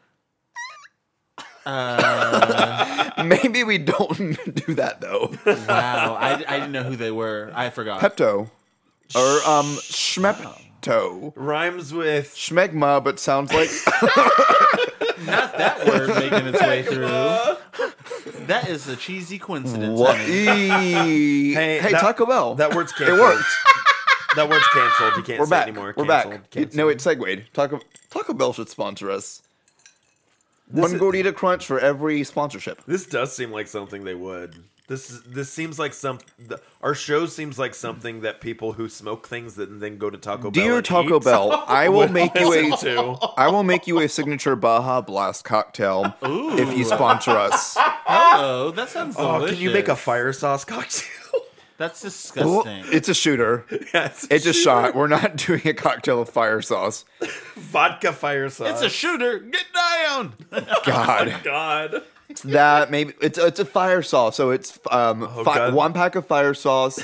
Speaker 2: Maybe we don't do that though.
Speaker 3: wow, I, I didn't know who they were. I forgot.
Speaker 2: Pepto or um Schmepto.
Speaker 1: Rhymes with
Speaker 2: Schmegma, but sounds like
Speaker 3: Not that word making its way through. That is a cheesy coincidence.
Speaker 2: what?
Speaker 3: honey.
Speaker 2: E. hey,
Speaker 1: that-
Speaker 2: Taco Bell.
Speaker 1: that word's
Speaker 2: it
Speaker 1: canceled.
Speaker 2: worked.
Speaker 1: That word's canceled. You can't
Speaker 2: We're
Speaker 1: say
Speaker 2: back.
Speaker 1: it anymore.
Speaker 2: We're
Speaker 1: canceled.
Speaker 2: back.
Speaker 1: Canceled.
Speaker 2: No, it segued. Taco Taco Bell should sponsor us. One
Speaker 1: is-
Speaker 2: gordita crunch for every sponsorship.
Speaker 1: This does seem like something they would. This is- this seems like some the, our show seems like something that people who smoke things that then go to Taco Bell.
Speaker 2: Dear
Speaker 1: and
Speaker 2: Taco
Speaker 1: eat
Speaker 2: Bell, I will
Speaker 1: would
Speaker 2: make you
Speaker 1: listen
Speaker 2: a
Speaker 1: to.
Speaker 2: I will make you a signature Baja Blast cocktail if you sponsor us.
Speaker 3: Oh, that sounds
Speaker 1: Oh,
Speaker 3: delicious.
Speaker 1: can you make a fire sauce cocktail?
Speaker 3: That's disgusting.
Speaker 2: It's a shooter.
Speaker 1: Yes.
Speaker 2: It's a shot. We're not doing a cocktail of fire sauce.
Speaker 1: vodka fire sauce.
Speaker 3: It's a shooter. Get down.
Speaker 2: God.
Speaker 1: God.
Speaker 2: It's that maybe it's it's a fire sauce. So it's um fi-
Speaker 1: Oh, God.
Speaker 2: one pack of fire sauce,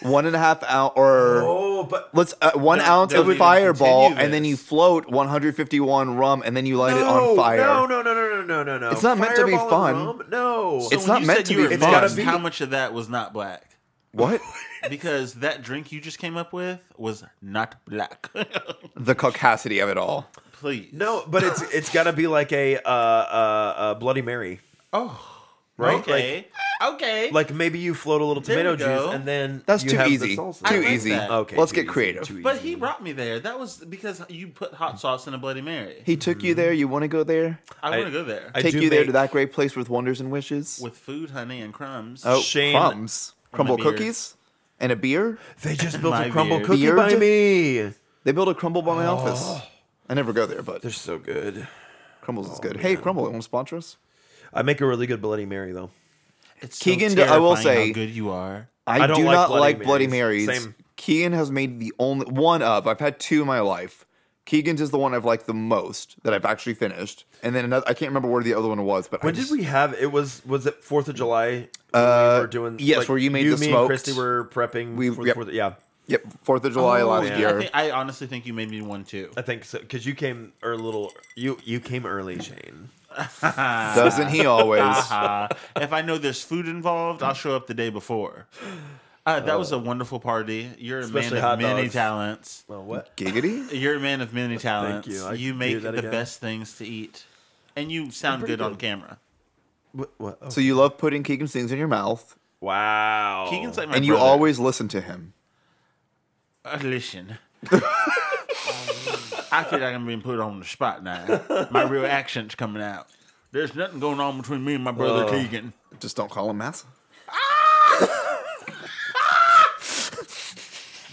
Speaker 2: one and a half ounce or
Speaker 1: Oh, but
Speaker 2: let's uh, one
Speaker 3: Don't-
Speaker 2: ounce
Speaker 3: don't
Speaker 2: of
Speaker 3: even
Speaker 2: fireball,
Speaker 3: continue
Speaker 2: and then
Speaker 3: this.
Speaker 2: you float 151 rum, and then you light it on fire.
Speaker 1: No, no, no, no, no, no, no, no.
Speaker 2: It's not meant to be
Speaker 1: Fireball and
Speaker 2: fun.
Speaker 1: rum? No.
Speaker 2: It's not
Speaker 3: you
Speaker 2: meant
Speaker 3: said
Speaker 2: to
Speaker 3: you
Speaker 2: be
Speaker 3: were
Speaker 2: fun. It's
Speaker 1: gotta
Speaker 3: black,
Speaker 1: be-
Speaker 3: How much of that was not black?
Speaker 2: What?
Speaker 3: Because that drink you just came up with was not black.
Speaker 2: the caucasity of it all.
Speaker 3: Please.
Speaker 1: no, but it's it's got to be like a uh, uh, uh, Bloody Mary. Oh, right.
Speaker 3: Okay.
Speaker 1: Like,
Speaker 3: okay.
Speaker 1: like maybe you float a little
Speaker 3: There
Speaker 1: tomato
Speaker 3: we go.
Speaker 1: juice and then
Speaker 2: That's
Speaker 1: you
Speaker 2: too
Speaker 1: have the
Speaker 2: easy.
Speaker 1: salsa.
Speaker 3: I
Speaker 2: Too
Speaker 3: like
Speaker 2: easy.
Speaker 3: that.
Speaker 1: Okay,
Speaker 2: Let's
Speaker 1: too
Speaker 2: get
Speaker 1: easy,
Speaker 2: creative.
Speaker 1: too
Speaker 3: but
Speaker 1: easy.
Speaker 3: he brought me there. That was because you put hot sauce in a Bloody Mary.
Speaker 2: He took you there. You want to go there?
Speaker 3: I
Speaker 1: Mm. I-
Speaker 3: want to go there
Speaker 1: I
Speaker 2: Take
Speaker 1: do
Speaker 2: you there
Speaker 1: make-
Speaker 2: to that great place with wonders and wishes.
Speaker 3: with food, honey, and crumbs.
Speaker 2: oh,
Speaker 1: Shane-
Speaker 2: crumbs, crumble
Speaker 3: beer.
Speaker 2: cookies, and a beer.
Speaker 1: They just built
Speaker 3: My
Speaker 1: a crumble
Speaker 3: beard.
Speaker 1: cookie
Speaker 2: Beard?
Speaker 1: by me.
Speaker 2: They build a crumble by my
Speaker 1: Oh.
Speaker 2: office. I never go there, but
Speaker 1: They're so good.
Speaker 2: crumbles
Speaker 1: oh,
Speaker 2: is good. Hey, crumble, want to sponsor us?
Speaker 1: I make a really good Bloody Mary though.
Speaker 3: It's
Speaker 2: Keegan, I will
Speaker 3: terrifying
Speaker 2: say-
Speaker 3: how good you are.
Speaker 2: I,
Speaker 1: I
Speaker 2: do
Speaker 1: don't like
Speaker 2: not
Speaker 1: Bloody
Speaker 2: like Bloody Marys.
Speaker 1: Marys. Same.
Speaker 2: Keegan has made the only one of. I've had two in my life. Keegan's is the one I've liked the most that I've actually finished, and then another. I can't remember where the other one was, but I
Speaker 1: When did
Speaker 2: just-
Speaker 1: we have it? Was was it Fourth of July? when
Speaker 2: Uh,
Speaker 1: we were doing
Speaker 2: yes, where you made the
Speaker 1: me
Speaker 2: smoked.
Speaker 1: And Christy were prepping.
Speaker 2: We-
Speaker 1: for the
Speaker 2: yep.
Speaker 1: Fourth- yeah,
Speaker 2: Yep, Fourth of July last
Speaker 1: Oh, yeah.
Speaker 2: year.
Speaker 3: I, think, I honestly think you made me one too.
Speaker 1: I think so because you came or a little. You you came early, Shane.
Speaker 2: Doesn't he always?
Speaker 1: Ah.
Speaker 3: Uh, if I know there's food involved, I'll show up the day before. Uh, that was a wonderful party. You're a man
Speaker 1: Oh. Especially
Speaker 3: of
Speaker 1: hot
Speaker 3: many
Speaker 1: dogs.
Speaker 3: talents.
Speaker 1: Well, what?
Speaker 2: Giggity.
Speaker 3: You're a man of many talents.
Speaker 1: you. I
Speaker 3: You
Speaker 1: can
Speaker 3: make
Speaker 1: do
Speaker 3: the
Speaker 1: that again.
Speaker 3: best things to eat, and you sound
Speaker 1: pretty
Speaker 3: good, on
Speaker 1: good.
Speaker 3: camera.
Speaker 1: What? what? Oh.
Speaker 2: So you love putting Keegan's things in your mouth,
Speaker 1: wow.
Speaker 3: Keegan's like my
Speaker 2: and you
Speaker 3: brother.
Speaker 2: always listen to him.
Speaker 3: Uh, listen. I feel like I'm being put on the spot now. My real accent's coming out. There's nothing going on between me and my
Speaker 2: Oh,
Speaker 3: brother Keegan.
Speaker 2: Just don't call him Massa.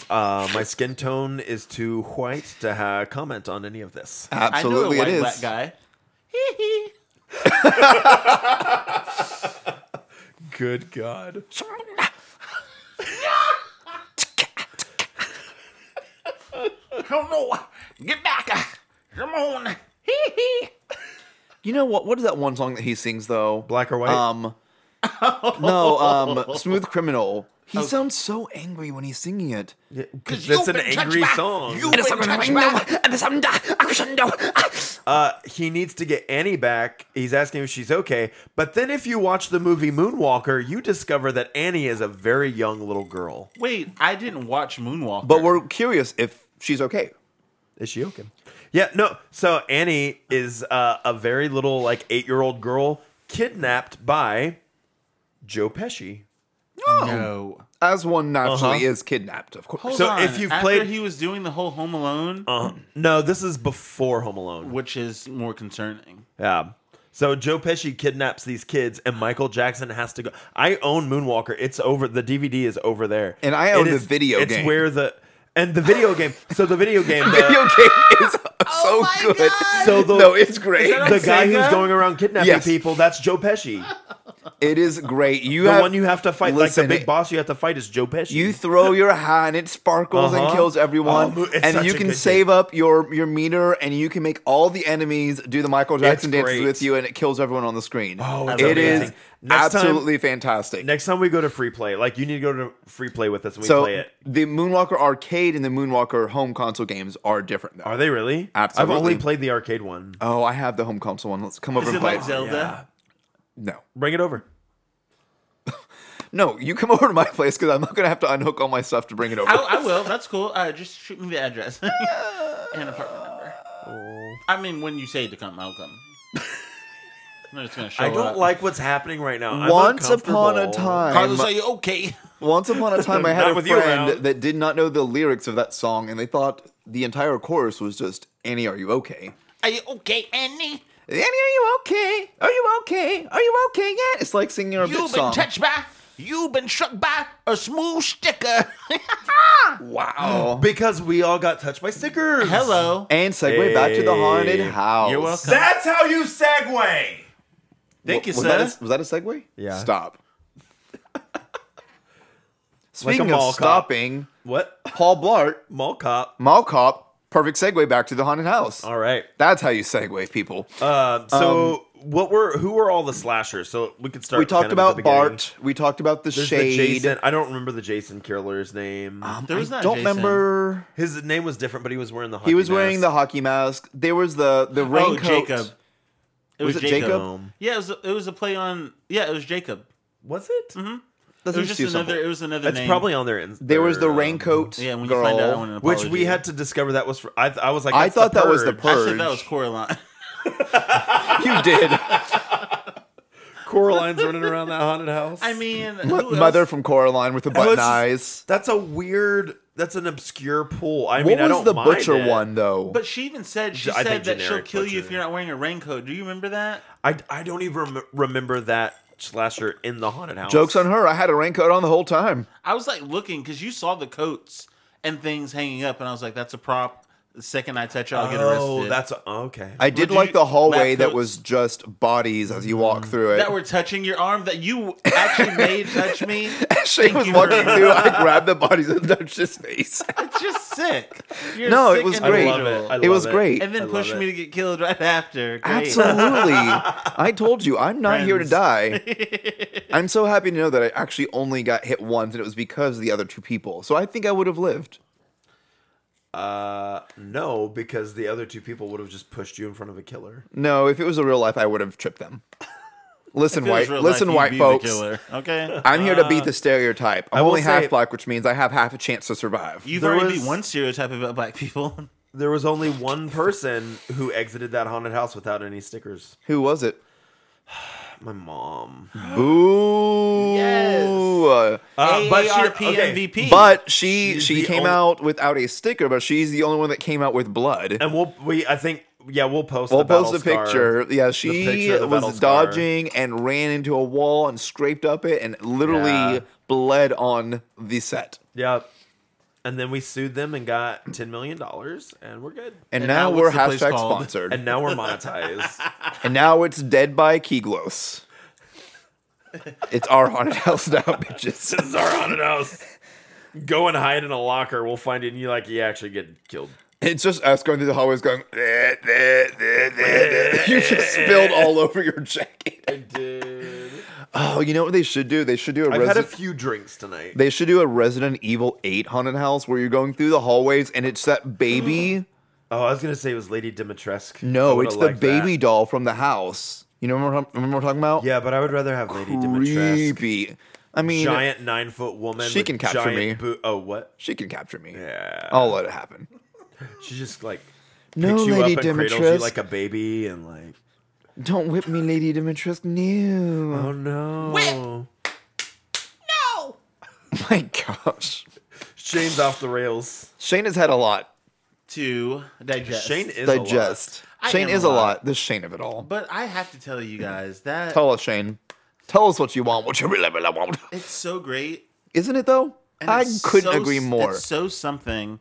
Speaker 1: uh, my skin tone is too white to ha- comment on any of this.
Speaker 2: Ah. Absolutely,
Speaker 3: I know
Speaker 2: it
Speaker 3: a white
Speaker 2: is.
Speaker 3: black guy.
Speaker 1: Good God.
Speaker 3: Come on, get back. Come on. Hee hee.
Speaker 2: You know what? What is that one song that he sings though?
Speaker 1: Black or white?
Speaker 2: Um, no, um, Smooth Criminal. He
Speaker 1: Oh.
Speaker 2: sounds so angry when he's singing it.
Speaker 1: Because that's an angry song.
Speaker 2: Ah.
Speaker 1: Uh, he needs to get Annie back. He's asking if she's okay. But then, if you watch the movie Moonwalker, you discover that Annie is a very young little girl.
Speaker 3: Wait, I didn't watch Moonwalker.
Speaker 2: But we're curious if she's okay.
Speaker 1: Is she okay? Yeah, no. So Annie is uh, a very little, like eight year old girl kidnapped by Joe Pesci.
Speaker 3: no.
Speaker 2: As one naturally
Speaker 1: Uh-huh.
Speaker 2: is kidnapped, of course.
Speaker 3: Hold
Speaker 1: So
Speaker 3: on.
Speaker 1: if you've
Speaker 3: After
Speaker 1: played-
Speaker 3: he was doing the whole Home Alone,
Speaker 1: Uh, no, this is before Home Alone.
Speaker 3: which is more concerning.
Speaker 1: Yeah. So Joe Pesci kidnaps these kids, and Michael Jackson has to go. I own Moonwalker. It's over. The DVD is over there,
Speaker 2: And I own
Speaker 1: It
Speaker 2: the
Speaker 1: is-
Speaker 2: video
Speaker 1: It's
Speaker 2: game.
Speaker 1: where the and the video game. So the video game. the-
Speaker 2: Video game is so good.
Speaker 1: so the
Speaker 2: Oh No, it's great.
Speaker 1: the guy who's
Speaker 3: Sega?
Speaker 1: going around kidnapping
Speaker 2: Yes.
Speaker 1: people. That's Joe Pesci.
Speaker 2: It is great. You
Speaker 1: The
Speaker 2: have,
Speaker 1: one you have to fight,
Speaker 2: Listen,
Speaker 1: like the big
Speaker 2: it-
Speaker 1: boss you have to fight, is Joe Pesci.
Speaker 2: You throw your hat and it sparkles and
Speaker 1: Uh-huh.
Speaker 2: kills everyone,
Speaker 1: Oh, it's
Speaker 2: and
Speaker 1: such
Speaker 2: you
Speaker 1: a
Speaker 2: can
Speaker 1: good
Speaker 2: save up your your meter, and you can make all the enemies do the Michael Jackson dances
Speaker 1: great.
Speaker 2: with you, and it kills everyone on the screen.
Speaker 1: Oh, it's
Speaker 2: it
Speaker 1: amazing.
Speaker 2: is
Speaker 1: Next time-
Speaker 2: absolutely fantastic.
Speaker 1: Next time we go to free play, like you need to go to free play with us and we
Speaker 2: so
Speaker 1: play it.
Speaker 2: the Moonwalker arcade and the Moonwalker home console games are different. Though.
Speaker 1: Are they really?
Speaker 2: Absolutely.
Speaker 1: I've only played the arcade one.
Speaker 2: Oh, I have the home console one. Let's come over
Speaker 3: Is
Speaker 2: and
Speaker 3: it
Speaker 2: play.
Speaker 3: like Zelda?
Speaker 2: No,
Speaker 1: Bring it over.
Speaker 2: no, you come over to my place because I'm not gonna have to unhook all my stuff to bring it over.
Speaker 3: I, I will. That's cool. Uh, just shoot me the address and apartment number. I mean, when you say to come, I'll come. I'm just gonna show
Speaker 1: I don't
Speaker 3: up.
Speaker 1: like what's happening right now. I'm
Speaker 2: Once upon a
Speaker 1: uncomfortable.
Speaker 2: time,
Speaker 3: Carlos. Are you okay?
Speaker 2: Once upon a time, I had
Speaker 1: Not
Speaker 2: a
Speaker 1: with you
Speaker 2: friend
Speaker 1: around.
Speaker 2: that did not know the lyrics of that song, and they thought the entire chorus was just "Annie, are you okay?
Speaker 3: Are you okay, Annie?
Speaker 2: Annie, are you okay? Are you okay? Are you okay yet?" It's like singing a
Speaker 3: You've been
Speaker 2: bitch song.
Speaker 3: touched by. You've been struck by a smooth sticker.
Speaker 2: wow.
Speaker 1: Because we all got touched by stickers.
Speaker 3: Hello.
Speaker 2: Oh. And segue back to the haunted
Speaker 1: Hey.
Speaker 2: house.
Speaker 3: You're welcome.
Speaker 1: That's how you segue.
Speaker 3: Thank you,
Speaker 2: Was
Speaker 3: sir.
Speaker 2: that, a, was that a segue?
Speaker 1: Yeah.
Speaker 2: Stop. Speaking
Speaker 1: a
Speaker 2: of
Speaker 1: mall cop.
Speaker 2: stopping,
Speaker 1: What?
Speaker 2: Paul Blart,
Speaker 1: Mall cop.
Speaker 2: Mall Cop, perfect segue back to the haunted house.
Speaker 1: All right.
Speaker 2: That's how you segue, people.
Speaker 1: Uh,
Speaker 2: Um,
Speaker 1: so what were who were all the slashers? So we could start.
Speaker 2: we talked
Speaker 1: kind of at the
Speaker 2: about
Speaker 1: beginning.
Speaker 2: Bart. We talked about the
Speaker 1: There's
Speaker 2: shade.
Speaker 1: the Jason. I don't remember the Jason killer's name.
Speaker 2: Um,
Speaker 3: There was
Speaker 2: I
Speaker 3: not
Speaker 2: don't
Speaker 3: Jason.
Speaker 2: remember.
Speaker 1: His name was different, but he was wearing the.
Speaker 2: He was wearing the hockey mask. There was the the
Speaker 3: Oh,
Speaker 2: raincoat.
Speaker 3: Jacob. It
Speaker 2: Was
Speaker 3: was,
Speaker 2: it
Speaker 3: Jacob.
Speaker 2: Jacob?
Speaker 1: Um,
Speaker 3: Yeah, it was. It was a play on. Yeah, it was Jacob.
Speaker 1: Was it?
Speaker 2: That's
Speaker 3: It was just another. It was another.
Speaker 1: That's
Speaker 3: name.
Speaker 1: probably on their. ins-
Speaker 2: Mhm. There was the
Speaker 1: their, um,
Speaker 2: raincoat
Speaker 3: Yeah, when you
Speaker 2: girl.
Speaker 3: find out, I want an
Speaker 1: which
Speaker 3: apology.
Speaker 1: we had to discover that was. For, I, th- I was like,
Speaker 2: I
Speaker 1: that's
Speaker 2: thought that was the
Speaker 1: Purge.
Speaker 2: Purge.
Speaker 3: I said that was Coraline.
Speaker 2: you did.
Speaker 1: Coraline's running around that haunted house.
Speaker 3: I mean, who
Speaker 2: Mother
Speaker 3: else?
Speaker 2: from Coraline with the button
Speaker 1: just-
Speaker 2: eyes.
Speaker 1: that's a weird. That's an obscure pool. I
Speaker 2: What
Speaker 1: mean, I
Speaker 2: was
Speaker 1: don't
Speaker 2: the
Speaker 1: mind
Speaker 2: butcher
Speaker 1: it.
Speaker 2: one though?
Speaker 3: But she even said she
Speaker 1: I think
Speaker 3: said that she'll
Speaker 1: generic
Speaker 3: kill you if
Speaker 1: butcher.
Speaker 3: you're not wearing a raincoat. Do you remember that?
Speaker 1: I, I don't even rem- remember that slasher in the haunted house.
Speaker 2: Jokes on her. I had a raincoat on the whole time.
Speaker 3: I was like looking because you saw the coats and things hanging up, and I was like, "That's a prop." The second I touch it, I'll get arrested.
Speaker 1: Oh, that's okay.
Speaker 2: I did
Speaker 3: Would
Speaker 2: like
Speaker 3: you-
Speaker 2: the hallway
Speaker 3: lab
Speaker 2: that
Speaker 3: coats?
Speaker 2: was just bodies as you walk through it.
Speaker 3: that were touching your arm that you actually made touch me.
Speaker 2: Shane
Speaker 3: Thank
Speaker 2: was
Speaker 3: you.
Speaker 2: walking through. I grabbed the bodies and touched his face.
Speaker 3: It's just sick. You're
Speaker 2: No, it
Speaker 3: sick
Speaker 2: was
Speaker 3: and
Speaker 2: great.
Speaker 1: I love it. I
Speaker 3: miserable.
Speaker 2: It was
Speaker 1: love
Speaker 2: great.
Speaker 3: And
Speaker 1: I
Speaker 3: then
Speaker 1: love
Speaker 3: pushed
Speaker 1: it.
Speaker 3: me to get killed right after. Great.
Speaker 2: Absolutely. I told you, I'm not here to
Speaker 3: Friends.
Speaker 2: die. I'm so happy to know that I actually only got hit once, and it was because of the other two people. So I think I would have lived.
Speaker 1: Uh, no, because the other two people would have just pushed you in front of a killer.
Speaker 2: No, if it was a real life, I would have tripped them. Listen,
Speaker 3: If it was
Speaker 2: white.
Speaker 3: real
Speaker 2: Listen,
Speaker 3: life, you'd
Speaker 2: white
Speaker 3: be the
Speaker 2: folks.
Speaker 3: killer, Uh, Okay.
Speaker 2: I'm here to beat the stereotype. I'm
Speaker 1: will
Speaker 2: only
Speaker 1: say-
Speaker 2: half black, which means I have half a chance to survive.
Speaker 3: You've
Speaker 1: There
Speaker 3: already
Speaker 1: was-
Speaker 3: beat one stereotype about black people.
Speaker 1: There was only one person who exited that haunted house without any stickers.
Speaker 2: Who was it?
Speaker 1: My mom.
Speaker 2: Boo.
Speaker 3: Yes.
Speaker 1: Uh, but she-
Speaker 3: AARP
Speaker 1: okay.
Speaker 3: MVP.
Speaker 2: But she
Speaker 1: She's
Speaker 2: she
Speaker 1: the
Speaker 2: came
Speaker 1: only-
Speaker 2: out without a sticker, but she's the only one that came out with blood.
Speaker 1: And we'll we I think yeah we'll post
Speaker 2: We'll
Speaker 1: the battle
Speaker 2: post a
Speaker 1: scar.
Speaker 2: picture. Yeah, she
Speaker 1: picture of the battle
Speaker 2: was
Speaker 1: scar.
Speaker 2: dodging and ran into a wall and scraped up it and literally
Speaker 1: Yeah.
Speaker 2: bled on the set.
Speaker 1: Yeah. And then we sued them and got ten million dollars, and we're good.
Speaker 2: And,
Speaker 3: And
Speaker 2: now,
Speaker 3: now
Speaker 2: we're
Speaker 3: what's the place
Speaker 2: hashtag
Speaker 3: called?
Speaker 2: sponsored.
Speaker 1: And
Speaker 2: And,
Speaker 1: now we're monetized.
Speaker 2: now it's dead by Keglos. it's our haunted house now, bitches.
Speaker 1: this is our haunted house. Go and hide in a locker. We'll find it, and you like you actually get killed.
Speaker 2: It's just us going through the hallways going, "Eh, eh, eh, eh, eh." you just spilled all over your jacket.
Speaker 1: Dude,
Speaker 2: Oh, you know what they should do? They should do a
Speaker 1: I've had a
Speaker 2: resident-
Speaker 1: few drinks tonight.
Speaker 2: They should do a Resident Evil 8 haunted house where you're going through the hallways and it's that baby.
Speaker 1: Oh, I was gonna say it was Lady Dimitrescu. I
Speaker 2: No,
Speaker 1: would've
Speaker 2: it's the
Speaker 1: liked that.
Speaker 2: baby doll from the house. You know what I'm, remember what I'm talking about?
Speaker 1: Yeah, but I would rather have Lady Dimitrescu.
Speaker 2: Creepy. I mean,
Speaker 1: Giant nine foot woman.
Speaker 2: She
Speaker 1: with
Speaker 2: can capture
Speaker 1: giant
Speaker 2: me.
Speaker 1: Bo- oh, what?
Speaker 2: she can capture me.
Speaker 1: Yeah.
Speaker 2: I'll let it happen.
Speaker 1: She just like
Speaker 2: No,
Speaker 1: picks you
Speaker 2: Lady
Speaker 1: up and cradles you
Speaker 2: Dimitrescu.
Speaker 1: like a baby, and like,
Speaker 2: Don't whip me, Lady Dimitrescu. No.
Speaker 1: oh no.
Speaker 5: No!
Speaker 2: Oh my gosh.
Speaker 1: Shane's off the rails.
Speaker 2: Shane has had a lot.
Speaker 3: to digest.
Speaker 1: Shane is
Speaker 2: Digest.
Speaker 3: I
Speaker 2: Shane
Speaker 3: am
Speaker 2: is
Speaker 3: a
Speaker 2: a
Speaker 3: lot.
Speaker 2: lot. The Shane of it all.
Speaker 3: But I have to tell you guys that
Speaker 2: Mm-hmm. Tell us, Shane. Tell us what you want. What you really, really want.
Speaker 3: it's so great.
Speaker 2: Isn't it though?
Speaker 3: and
Speaker 2: I
Speaker 3: it's
Speaker 2: couldn't
Speaker 3: so-
Speaker 2: agree more.
Speaker 3: It's so something.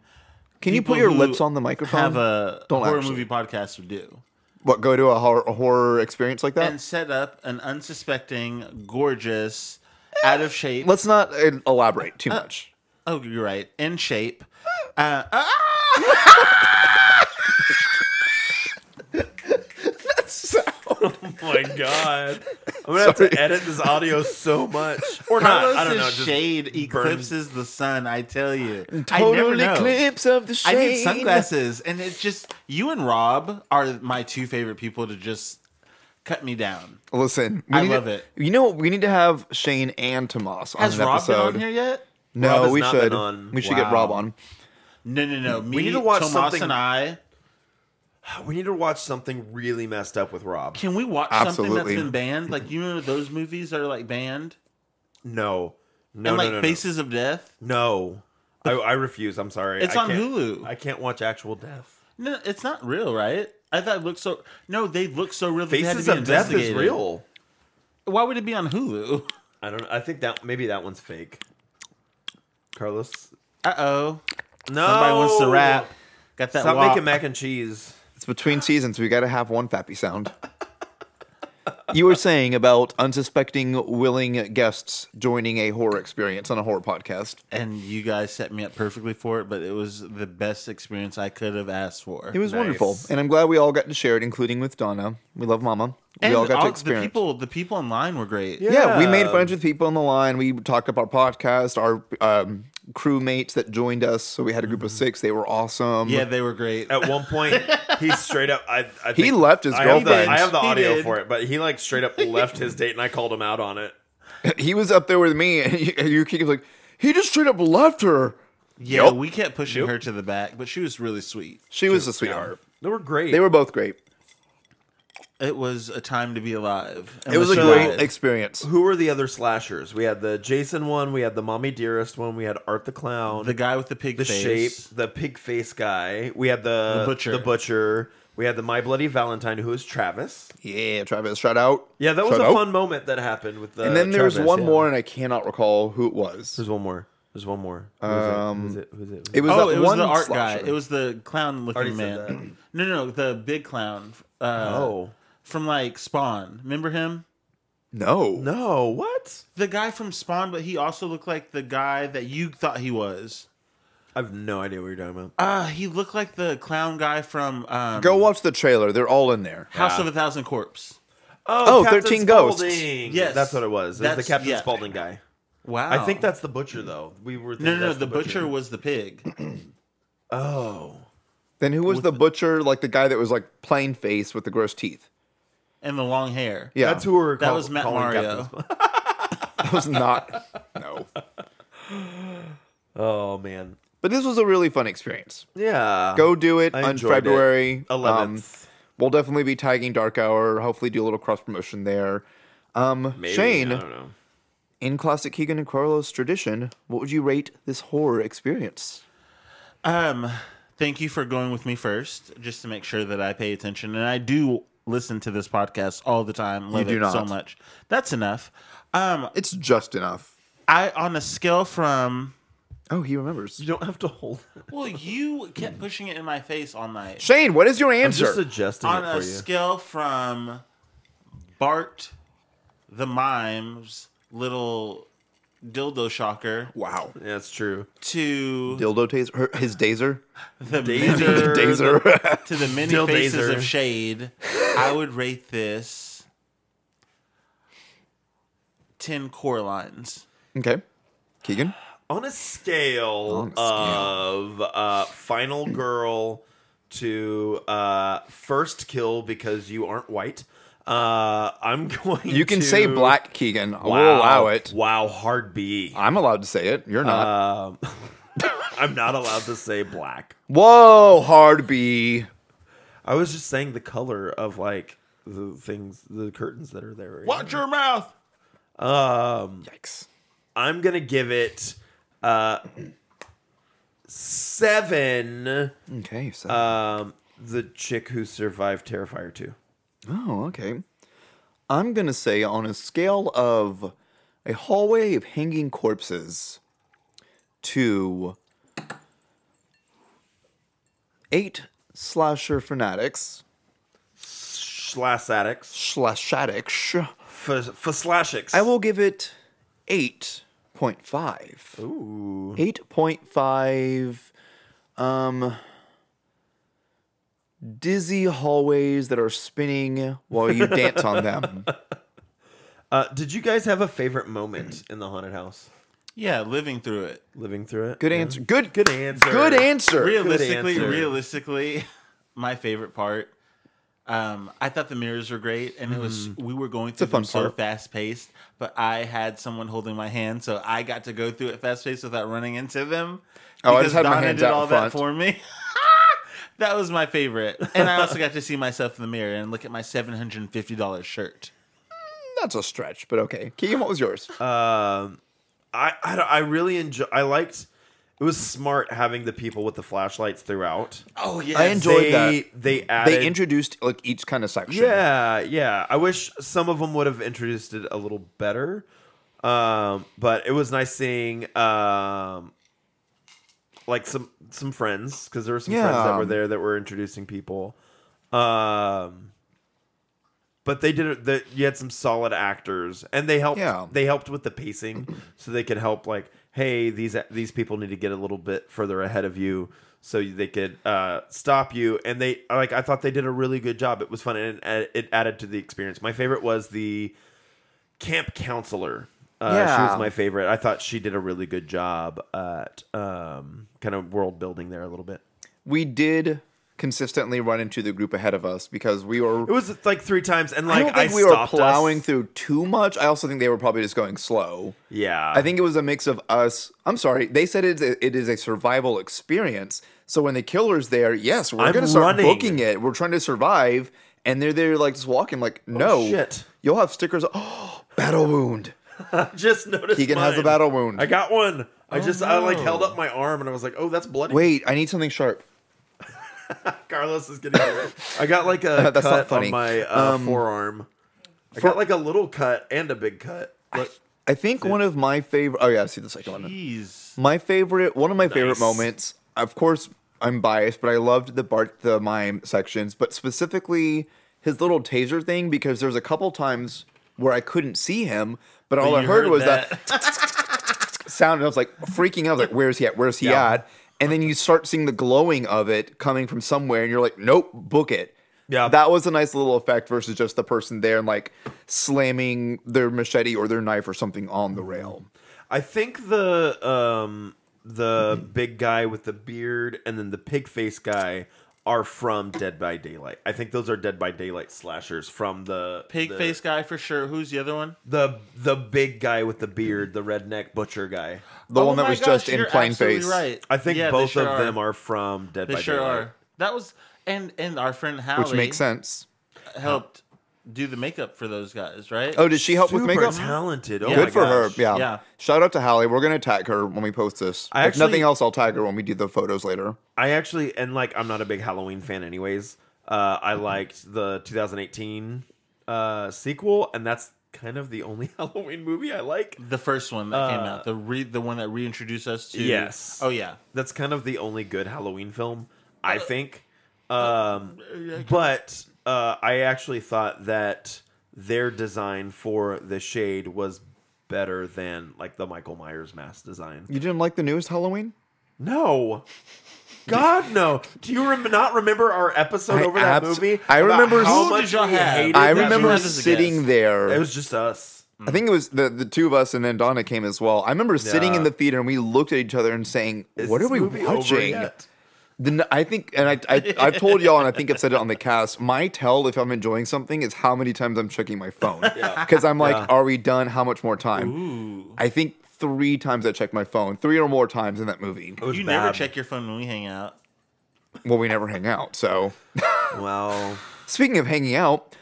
Speaker 2: Can you put
Speaker 3: people
Speaker 2: your
Speaker 3: who
Speaker 2: lips on the microphone?
Speaker 3: Have a
Speaker 2: Don't
Speaker 3: horror
Speaker 2: actually.
Speaker 3: movie podcast would do.
Speaker 2: what go to a horror, a horror experience like that?
Speaker 3: and set up an unsuspecting, gorgeous, out of shape.
Speaker 2: Let's not uh, elaborate too much.
Speaker 3: oh, you're right. In shape. Uh, ah!
Speaker 1: Oh my god. I'm gonna have to edit this audio so much. Or not. I don't know.
Speaker 3: Carlos's
Speaker 1: just-
Speaker 3: shade eclipses the sun. I tell you, I
Speaker 2: Total
Speaker 3: never know.
Speaker 2: eclipse of the
Speaker 3: I
Speaker 2: shade.
Speaker 3: need sunglasses, and it's just you and Rob are my two favorite people to just cut me down.
Speaker 2: Listen, we
Speaker 3: I
Speaker 2: need to-
Speaker 3: love it.
Speaker 2: You know, what? we need to have Shane and Tomas on
Speaker 3: Has
Speaker 2: an
Speaker 3: Rob
Speaker 2: episode.
Speaker 3: been on here yet?
Speaker 1: Rob
Speaker 2: No,
Speaker 1: has
Speaker 2: we
Speaker 1: not been
Speaker 2: should.
Speaker 1: on.
Speaker 2: We should get
Speaker 1: Wow.
Speaker 2: Rob on.
Speaker 3: No, no, no. Me,
Speaker 1: need to watch
Speaker 3: Tomas,
Speaker 1: something-
Speaker 3: and I.
Speaker 1: We need to watch something really messed up with Rob.
Speaker 3: Can we watch something
Speaker 2: Absolutely.
Speaker 3: that's been banned? Like you know those movies that are like banned
Speaker 1: No. No.
Speaker 3: and
Speaker 1: no,
Speaker 3: like
Speaker 1: no, no.
Speaker 3: Faces of Death.
Speaker 1: No. I, I refuse. I'm sorry.
Speaker 3: It's
Speaker 1: I
Speaker 3: on
Speaker 1: can't-
Speaker 3: Hulu.
Speaker 1: I can't watch actual death.
Speaker 3: No, it's not real, right? I thought it looked so. No, they look so real. That they had to
Speaker 1: Faces
Speaker 3: be
Speaker 1: of Death is
Speaker 3: investigated.
Speaker 1: real.
Speaker 3: Why would it be on Hulu?
Speaker 1: I don't. I think that maybe that one's fake. Carlos.
Speaker 3: Uh oh.
Speaker 1: No.
Speaker 3: Somebody wants to rap. Got that?
Speaker 1: Stop
Speaker 3: wop.
Speaker 1: making mac and cheese.
Speaker 2: It's between seasons. We got to have one fappy sound. you were saying about unsuspecting, willing guests joining a horror experience on a horror podcast.
Speaker 3: and you guys set me up perfectly for it, but it was the best experience I could have asked for.
Speaker 2: It was
Speaker 1: Nice.
Speaker 2: wonderful, and I'm glad we all got to share it, including with Donna. We love Mama. We
Speaker 3: and
Speaker 2: all got to
Speaker 3: the
Speaker 2: experience.
Speaker 3: people. The people online were great.
Speaker 2: yeah. we made friends with people on the line. We talked up our podcast, our um, crewmates that joined us. So we had a group of six. They were awesome.
Speaker 3: Yeah, they were great.
Speaker 1: At one point, he straight up. I, I
Speaker 2: He
Speaker 1: think-
Speaker 2: left his
Speaker 1: I have the-
Speaker 2: girlfriend.
Speaker 1: I have the
Speaker 3: He
Speaker 1: audio
Speaker 3: did.
Speaker 1: for it, but he like straight up left his date, and I called him out on it.
Speaker 2: He was up there with me, and you- you keep like, he just straight up left her.
Speaker 3: Yeah,
Speaker 2: Yep.
Speaker 3: we kept pushing her to the back, but she was really sweet.
Speaker 2: She was a sweetheart.
Speaker 1: They were great.
Speaker 2: They were both great.
Speaker 3: It was a time to be alive. and
Speaker 2: It was a
Speaker 3: so-
Speaker 2: great experience.
Speaker 1: Who were the other slashers? We had the Jason one, we had the Mommy Dearest one, we had Art the Clown,
Speaker 3: The guy with the pig
Speaker 1: the
Speaker 3: face.
Speaker 1: shape, the pig face guy. We had the,
Speaker 3: The Butcher.
Speaker 1: the butcher. We had the My Bloody Valentine, who is Travis.
Speaker 2: Yeah, Travis, shout out.
Speaker 1: Yeah, that was
Speaker 2: Shout
Speaker 1: a
Speaker 2: out.
Speaker 1: fun moment that happened with the.
Speaker 2: And then there was
Speaker 1: Travis,
Speaker 2: one
Speaker 1: yeah.
Speaker 2: more, and I cannot recall who it was.
Speaker 1: There's one more. There's one more. Who
Speaker 2: Um,
Speaker 1: is it? Who is it? Who is it? Who is
Speaker 2: It was
Speaker 3: Oh,
Speaker 2: that
Speaker 3: it was
Speaker 2: one
Speaker 3: the art
Speaker 2: slasher.
Speaker 3: guy. It was the clown
Speaker 1: Already
Speaker 3: looking
Speaker 1: said
Speaker 3: man. No, no, no, the big clown. Uh,
Speaker 1: Oh.
Speaker 3: from like Spawn. Remember him?
Speaker 2: no,
Speaker 1: it? No, what?
Speaker 3: The guy from Spawn, but he also looked like the guy that you thought he was.
Speaker 1: I have no idea what you're talking about.
Speaker 3: Uh, he looked like the clown guy from um,
Speaker 2: Go watch the trailer. They're all in there.
Speaker 3: House of a Thousand Corpse.
Speaker 2: Oh, 13 Ghosts.
Speaker 1: Spaulding. Oh.
Speaker 3: Yes.
Speaker 1: that's what it was. It was the
Speaker 3: That's-
Speaker 1: Captain
Speaker 3: yeah.
Speaker 1: Spaulding guy.
Speaker 3: Wow.
Speaker 1: I think that's the butcher, though. We were
Speaker 3: No,
Speaker 1: thinking
Speaker 3: no, no.
Speaker 1: that's
Speaker 3: The butcher was the pig.
Speaker 1: Oh,
Speaker 2: Then who was the butcher? Like the guy that was like plain face with the gross teeth.
Speaker 3: And the long hair.
Speaker 2: Yeah,
Speaker 1: that's who we were.
Speaker 3: That
Speaker 1: call-
Speaker 3: was Matt
Speaker 1: calling
Speaker 3: Mario.
Speaker 1: Captain Spaulding.
Speaker 2: that was not. No,
Speaker 1: Oh man,
Speaker 2: but this was a really fun experience.
Speaker 1: yeah.
Speaker 2: Go do it
Speaker 1: I
Speaker 2: on
Speaker 1: enjoyed it. um,
Speaker 2: February um,
Speaker 1: Eleventh.
Speaker 2: we'll definitely be tagging Dark Hour. Hopefully, do a little cross promotion there. Um, Shane,
Speaker 1: I don't know.
Speaker 2: in classic Keegan and Carlos tradition, what would you rate this horror experience?
Speaker 3: Um, thank you for going with me first, just to make sure that I pay attention, and I do listen to this podcast all the time. Love
Speaker 2: do
Speaker 3: it
Speaker 2: not.
Speaker 3: so much. That's enough. Um,
Speaker 2: It's just enough.
Speaker 3: I on a scale from
Speaker 2: Oh, he remembers.
Speaker 1: You don't have to hold.
Speaker 3: well, you kept pushing it in my face all night.
Speaker 2: Shane, what is your
Speaker 1: I'm just
Speaker 2: answer?
Speaker 1: suggesting
Speaker 3: on
Speaker 1: it
Speaker 3: a
Speaker 1: for you.
Speaker 3: scale from Bart the mime's little dildo shocker
Speaker 2: Wow.
Speaker 1: Yeah, that's true.
Speaker 3: to
Speaker 2: Dildo taser, her, his daser,
Speaker 3: the
Speaker 1: Dazer.
Speaker 3: many,
Speaker 2: daser.
Speaker 3: to the many
Speaker 1: Dill
Speaker 3: faces
Speaker 1: dazer.
Speaker 3: of shade. I would rate this ten core lines.
Speaker 2: okay, Keegan.
Speaker 1: On a scale
Speaker 2: On a scale.
Speaker 1: of uh, Final Girl to uh, First Kill because you aren't white, uh, I'm going.
Speaker 2: You can
Speaker 1: to-
Speaker 2: say black, Keegan. I will
Speaker 1: Wow.
Speaker 2: allow it.
Speaker 1: Wow, hard B.
Speaker 2: I'm allowed to say it. You're not.
Speaker 1: Um, I'm not allowed to say black.
Speaker 2: Whoa, hard B.
Speaker 1: I was just saying the color of like the things, the curtains that are there. right now.
Speaker 3: Watch your mouth.
Speaker 2: Yikes.
Speaker 1: I'm gonna give it uh seven.
Speaker 2: Okay. So.
Speaker 1: Um, the chick who survived Terrifier two.
Speaker 2: oh, okay. I'm gonna say on a scale of a hallway of hanging corpses to eight slasher fanatics
Speaker 1: Slash addicts
Speaker 2: slash addicts,
Speaker 1: for for slashics.
Speaker 2: I will give it eight point five.
Speaker 1: Ooh.
Speaker 2: Eight point five, um, dizzy hallways that are spinning while you dance on them.
Speaker 1: Uh, did you guys have a favorite moment in the haunted house?
Speaker 3: Yeah, living through it.
Speaker 1: Living through it.
Speaker 2: Good
Speaker 1: Yeah.
Speaker 2: answer. Good.
Speaker 1: Good answer.
Speaker 2: Good answer.
Speaker 3: Realistically,
Speaker 1: answer.
Speaker 3: realistically, my favorite part. Um, I thought the mirrors were great, and it was we were going through
Speaker 2: Mm-hmm. a fun
Speaker 3: them so
Speaker 2: part.
Speaker 3: fast paced. But I had someone holding my hand, so I got to go through it fast paced without running into them.
Speaker 2: Oh, I
Speaker 3: because
Speaker 2: just had my
Speaker 3: Donna
Speaker 2: hands
Speaker 3: did
Speaker 2: out
Speaker 3: all
Speaker 2: front.
Speaker 3: that for me. that was my favorite, and I also got to see myself in the mirror and look at my seven hundred and fifty dollars shirt.
Speaker 2: That's a stretch, but okay. Keegan, what was yours?
Speaker 1: Um, I, I don't- I really enjoy. I liked. It was smart having the people with the flashlights throughout.
Speaker 3: Oh yeah,
Speaker 2: I enjoyed
Speaker 1: they,
Speaker 2: that.
Speaker 1: They added.
Speaker 2: They introduced like each kind of section.
Speaker 1: Yeah, yeah. I wish some of them would have introduced it a little better. Um, but it was nice seeing um, like some some friends because there were some friends that
Speaker 2: Yeah.
Speaker 1: were there that were introducing people. Um, But they did it. The, you had some solid actors, and they helped.
Speaker 2: Yeah.
Speaker 1: They helped with the pacing, so they could help like, hey, these these people need to get a little bit further ahead of you, so they could uh, stop you. And they like, I thought they did a really good job. It was fun, and it, it added to the experience. My favorite was the camp counselor. Uh, She
Speaker 2: Yeah.
Speaker 1: was my favorite. I thought she did a really good job at um, kind of world building there a little bit.
Speaker 2: We did consistently run into the group ahead of us because we were.
Speaker 1: It was like three times, and
Speaker 2: I
Speaker 1: like
Speaker 2: don't think we were
Speaker 1: stopped us.
Speaker 2: plowing through too much. I also think they were probably just going slow.
Speaker 1: Yeah,
Speaker 2: I think it was a mix of us. I'm sorry. They said it's a, it is a survival experience. So when the killer's there, yes, we're
Speaker 1: I'm
Speaker 2: going to start
Speaker 1: running.
Speaker 2: booking it. We're trying to survive, and they're there like just walking. Like no,
Speaker 1: Oh, shit.
Speaker 2: You'll have stickers. Oh, battle wound.
Speaker 1: just noticed.
Speaker 2: Keegan has a
Speaker 1: mine.
Speaker 2: battle wound.
Speaker 1: I got one. I just I like
Speaker 3: Oh.
Speaker 1: held up my arm and I was like, oh, that's bloody.
Speaker 2: Wait, I need something sharp.
Speaker 1: Carlos is getting. it. I got like a
Speaker 2: That's
Speaker 1: cut
Speaker 2: not funny. Um,
Speaker 1: on my uh, forearm. I got like a little cut and a big cut. Look,
Speaker 2: I think one of my favorite. Oh yeah, I see the second one.
Speaker 3: Jeez.
Speaker 2: My favorite, one of my favorite
Speaker 1: Nice.
Speaker 2: moments. Of course, I'm biased, but I loved the Bart the mime sections, but specifically his little taser thing because there's a couple times where I couldn't see him, but all I
Speaker 3: you
Speaker 2: heard,
Speaker 3: heard
Speaker 2: was that, sound, and I was like freaking out. I was like, "Where's he at? Where's he
Speaker 1: Yeah.
Speaker 2: at?" And then you start seeing the glowing of it coming from somewhere, and you're like, "Nope, book it."
Speaker 1: Yeah.
Speaker 2: that was a nice little effect versus just the person there and like slamming their machete or their knife or something on the rail.
Speaker 1: I think the um the big guy with the beard and then the pig face guy are from Dead by Daylight. I think those are Dead by Daylight slashers from the
Speaker 3: Pig
Speaker 1: the-
Speaker 3: face guy for sure. Who's the other one?
Speaker 1: the the big guy with the beard, the redneck butcher guy.
Speaker 2: The
Speaker 3: Oh
Speaker 2: one that
Speaker 3: my
Speaker 2: was
Speaker 3: gosh,
Speaker 2: just in
Speaker 3: you're
Speaker 2: plain
Speaker 3: absolutely
Speaker 2: face.
Speaker 3: Right.
Speaker 1: I think
Speaker 3: Yeah, they
Speaker 1: both
Speaker 3: sure
Speaker 1: of
Speaker 3: are.
Speaker 1: them are from Dead
Speaker 3: They
Speaker 1: by
Speaker 3: sure
Speaker 1: Daylight.
Speaker 3: are. That was and and our friend Hallie,
Speaker 2: Which makes sense.
Speaker 3: helped do the makeup for those guys, right?
Speaker 2: Oh, did she help with
Speaker 1: Super
Speaker 2: makeup?
Speaker 1: talented. Oh
Speaker 3: Yeah.
Speaker 1: my
Speaker 2: Good for her.
Speaker 1: gosh.
Speaker 2: Yeah.
Speaker 3: Yeah.
Speaker 2: Shout out to Hallie. We're gonna tag her when we post this.
Speaker 1: I
Speaker 2: if nothing
Speaker 1: actually-
Speaker 2: else, I'll tag her when we do the photos later.
Speaker 1: I actually and like I'm not a big Halloween fan anyways. Uh,
Speaker 2: Mm-hmm.
Speaker 1: I liked the 2018 uh, sequel, and that's kind of the only Halloween movie I like.
Speaker 3: the first one that came out, the re- the one that reintroduced us to.
Speaker 1: Uh, Yes.
Speaker 3: Oh yeah. Uh,
Speaker 1: That's kind of the only good Halloween film, I think. Um, but uh, I actually thought that their design for the shade was better than like the Michael Myers mask design.
Speaker 2: You didn't like the newest Halloween?
Speaker 1: No. God no! Do you rem- not remember our episode
Speaker 2: I
Speaker 1: over that
Speaker 2: abs-
Speaker 1: movie?
Speaker 2: I
Speaker 1: about
Speaker 2: remember-
Speaker 1: how
Speaker 3: Who
Speaker 1: much
Speaker 3: did y'all
Speaker 1: we
Speaker 3: have?
Speaker 1: hated
Speaker 2: I
Speaker 1: that
Speaker 2: remember
Speaker 1: movie.
Speaker 3: Jonas is a
Speaker 2: sitting
Speaker 3: guest.
Speaker 2: there.
Speaker 1: It was just us.
Speaker 2: I think it was the, the two of us and then Donna came as well. I remember sitting
Speaker 1: Yeah.
Speaker 2: in the theater and we looked at each other and saying,
Speaker 1: Is
Speaker 2: Mm. "What are
Speaker 1: this
Speaker 2: we
Speaker 1: movie over
Speaker 2: watching?"
Speaker 1: yet?
Speaker 2: Then I think, and I, I I've told y'all, and I think I've said it on the cast. My tell if I'm enjoying something is how many times I'm checking my phone because I'm like, "Are we done? How much more time?" I think three times I checked my phone, three or more times in that movie.
Speaker 1: It was
Speaker 3: You
Speaker 1: bad.
Speaker 3: never check your phone when we hang out.
Speaker 2: Well, we never hang out, so
Speaker 1: Well,
Speaker 2: Speaking of hanging out,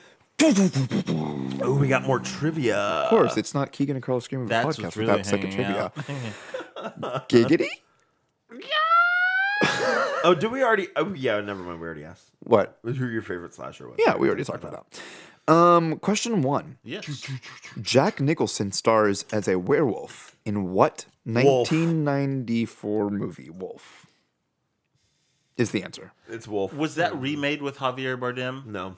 Speaker 2: of
Speaker 1: oh, we got more trivia.
Speaker 2: course, it's not Keegan and Carl Screaming
Speaker 3: That's
Speaker 2: podcast
Speaker 3: what's
Speaker 2: without
Speaker 3: really
Speaker 2: second
Speaker 3: hanging
Speaker 2: trivia.
Speaker 3: out.
Speaker 2: Giggity?
Speaker 1: Oh, did we already? Oh, yeah. Never mind. We already asked.
Speaker 2: What?
Speaker 1: Who your favorite slasher was?
Speaker 2: Yeah, we already talked about that. Um, question one.
Speaker 3: Yes.
Speaker 2: Jack Nicholson stars as a werewolf in what
Speaker 1: Wolf.
Speaker 2: 1994 movie? Wolf is the answer.
Speaker 1: It's Wolf.
Speaker 3: Was that remade with Javier Bardem?
Speaker 1: no?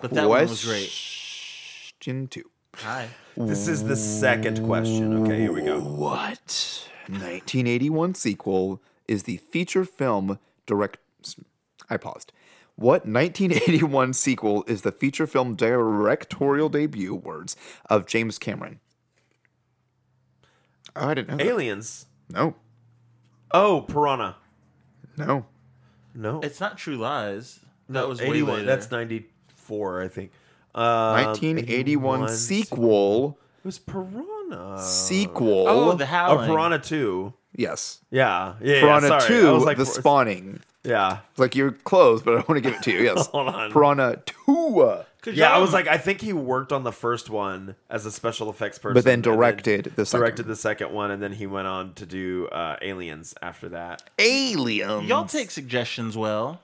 Speaker 2: But
Speaker 3: that one was great.
Speaker 2: Question two.
Speaker 3: Hi.
Speaker 1: This is the second question. Okay, here we go.
Speaker 2: What 1981 sequel is the feature film direct? I paused. What 1981 sequel is the feature film directorial debut words of James Cameron? Oh, I didn't know. that.
Speaker 1: Aliens.
Speaker 2: No,
Speaker 1: Oh, Piranha.
Speaker 2: no.
Speaker 1: No,
Speaker 3: It's not True Lies. That was way
Speaker 1: 81.
Speaker 3: later.
Speaker 1: That's ninety four, I think. Um,
Speaker 2: 1981
Speaker 1: 81
Speaker 2: sequel.
Speaker 1: It was Piranha.
Speaker 2: Sequel.
Speaker 3: oh, the
Speaker 1: Oh,
Speaker 3: Howling.
Speaker 1: Piranha two.
Speaker 2: yes.
Speaker 1: Yeah, yeah. yeah,
Speaker 2: Piranha
Speaker 1: sorry. I
Speaker 2: 2,
Speaker 1: was like,
Speaker 2: The Spawning.
Speaker 1: Yeah,
Speaker 2: It's like you're close, but I want to give it to you. Yes.
Speaker 1: Hold on.
Speaker 2: Piranha uh, 2.
Speaker 3: Could
Speaker 1: yeah. I
Speaker 3: y'all-
Speaker 1: was like, I think he worked on the first one as a special effects person,
Speaker 2: then
Speaker 1: and
Speaker 2: directed the second
Speaker 1: directed
Speaker 2: one.
Speaker 1: the second one, and then he went on to do uh, Aliens after that.
Speaker 2: Alien.
Speaker 3: y'all take suggestions well.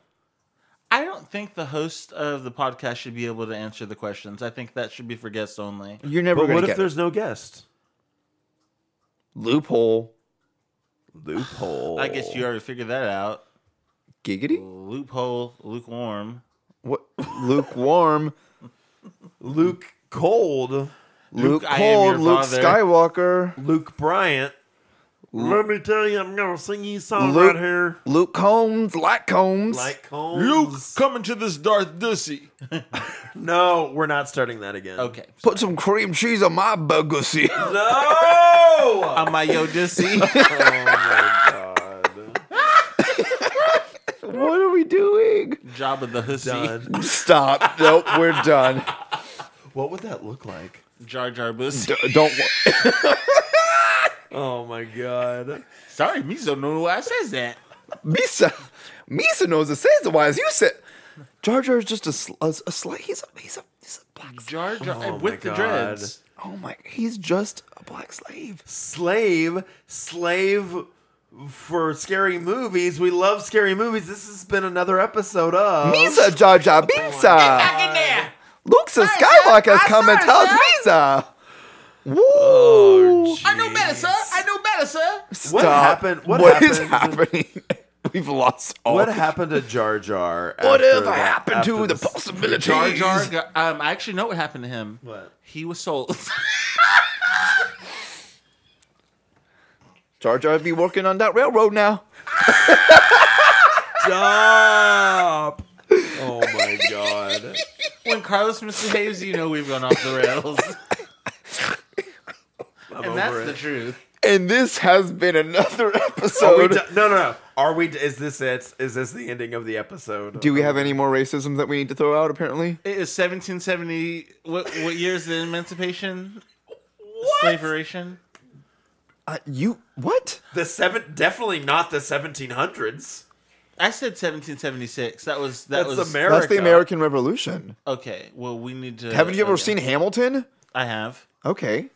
Speaker 3: I don't think the host of the podcast should be able to answer the questions. I think that should be for guests only.
Speaker 2: You're never
Speaker 1: But
Speaker 2: going
Speaker 1: what
Speaker 2: to
Speaker 1: if
Speaker 2: get
Speaker 1: there's no guest?
Speaker 2: loophole
Speaker 1: Loophole.
Speaker 3: I guess you already figured that out.
Speaker 2: giggity
Speaker 3: Loophole, lukewarm.
Speaker 2: what lukewarm
Speaker 1: Luke Cold,
Speaker 2: Luke,
Speaker 3: I am your
Speaker 2: Cold, Luke
Speaker 3: father.
Speaker 2: Skywalker,
Speaker 1: Luke Bryant. Let me tell you, I'm gonna sing you a song
Speaker 2: Luke-
Speaker 1: right here.
Speaker 2: Luke Combs, like Combs.
Speaker 1: Like Combs.
Speaker 3: Luke coming to this Darth Dussy.
Speaker 1: No, we're not starting that again.
Speaker 3: Okay.
Speaker 2: Put some cream cheese on my burger. see?
Speaker 1: No.
Speaker 3: On my Yo
Speaker 1: Oh
Speaker 3: Dussy.
Speaker 2: what are we doing?
Speaker 3: Job of the Hussy.
Speaker 1: Done.
Speaker 2: Stop. Nope, we're done.
Speaker 1: What would that look like?
Speaker 3: Jar Jar Bussy.
Speaker 2: D- don't. wa-
Speaker 1: Oh my god.
Speaker 3: Sorry, Mizo no why I says that.
Speaker 2: Misa. Misa knows the says wise. You said. Jar Jar's just a, sl- a, a slight. He's a, he's a, he's a black slave.
Speaker 3: Jar Jar
Speaker 1: Oh my
Speaker 3: with the
Speaker 1: God.
Speaker 3: dreads.
Speaker 2: Oh my. He's just a black slave.
Speaker 1: Slave, slave for scary movies. We love scary movies. This has been another episode of
Speaker 2: Misa, Jar Jar, Misa.
Speaker 3: in there.
Speaker 2: Ah. Luke's a Skywalker's coming and tells Misa. Woo.
Speaker 1: Oh,
Speaker 3: I know better, sir. I know better, sir.
Speaker 1: What
Speaker 2: Stop.
Speaker 1: happened? What,
Speaker 2: what
Speaker 1: happened?
Speaker 2: is happening? We've lost all.
Speaker 1: What happened to Jar Jar? after
Speaker 2: Whatever
Speaker 1: that-
Speaker 2: happened
Speaker 1: after
Speaker 2: to the
Speaker 1: this-
Speaker 2: possibilities?
Speaker 3: Jar Jar. got- Um, I actually know what happened to him.
Speaker 1: What?
Speaker 3: He was sold.
Speaker 2: Jar Jar be working on that railroad now.
Speaker 1: Stop! Oh my god.
Speaker 3: when Carlos misbehaves, you know we've gone off the rails,
Speaker 1: I'm
Speaker 3: and that's
Speaker 1: over
Speaker 3: the
Speaker 1: it.
Speaker 3: truth.
Speaker 2: And this has been another
Speaker 1: Are we
Speaker 2: episode.
Speaker 1: do- no, no, no. Are we? Is this it? Is this the ending of the episode?
Speaker 2: Do we have any more racism that we need to throw out? Apparently,
Speaker 3: It is 1770. What what year is the emancipation? Slaveration.
Speaker 2: uh, you what?
Speaker 1: the seven? Definitely not the 1700s.
Speaker 3: I said 1776. That was that
Speaker 1: That's
Speaker 3: was
Speaker 1: America.
Speaker 2: That's the American Revolution.
Speaker 3: Okay. Well, we need to.
Speaker 2: Haven't you ever
Speaker 3: okay.
Speaker 2: seen Hamilton?
Speaker 3: I have.
Speaker 2: Okay.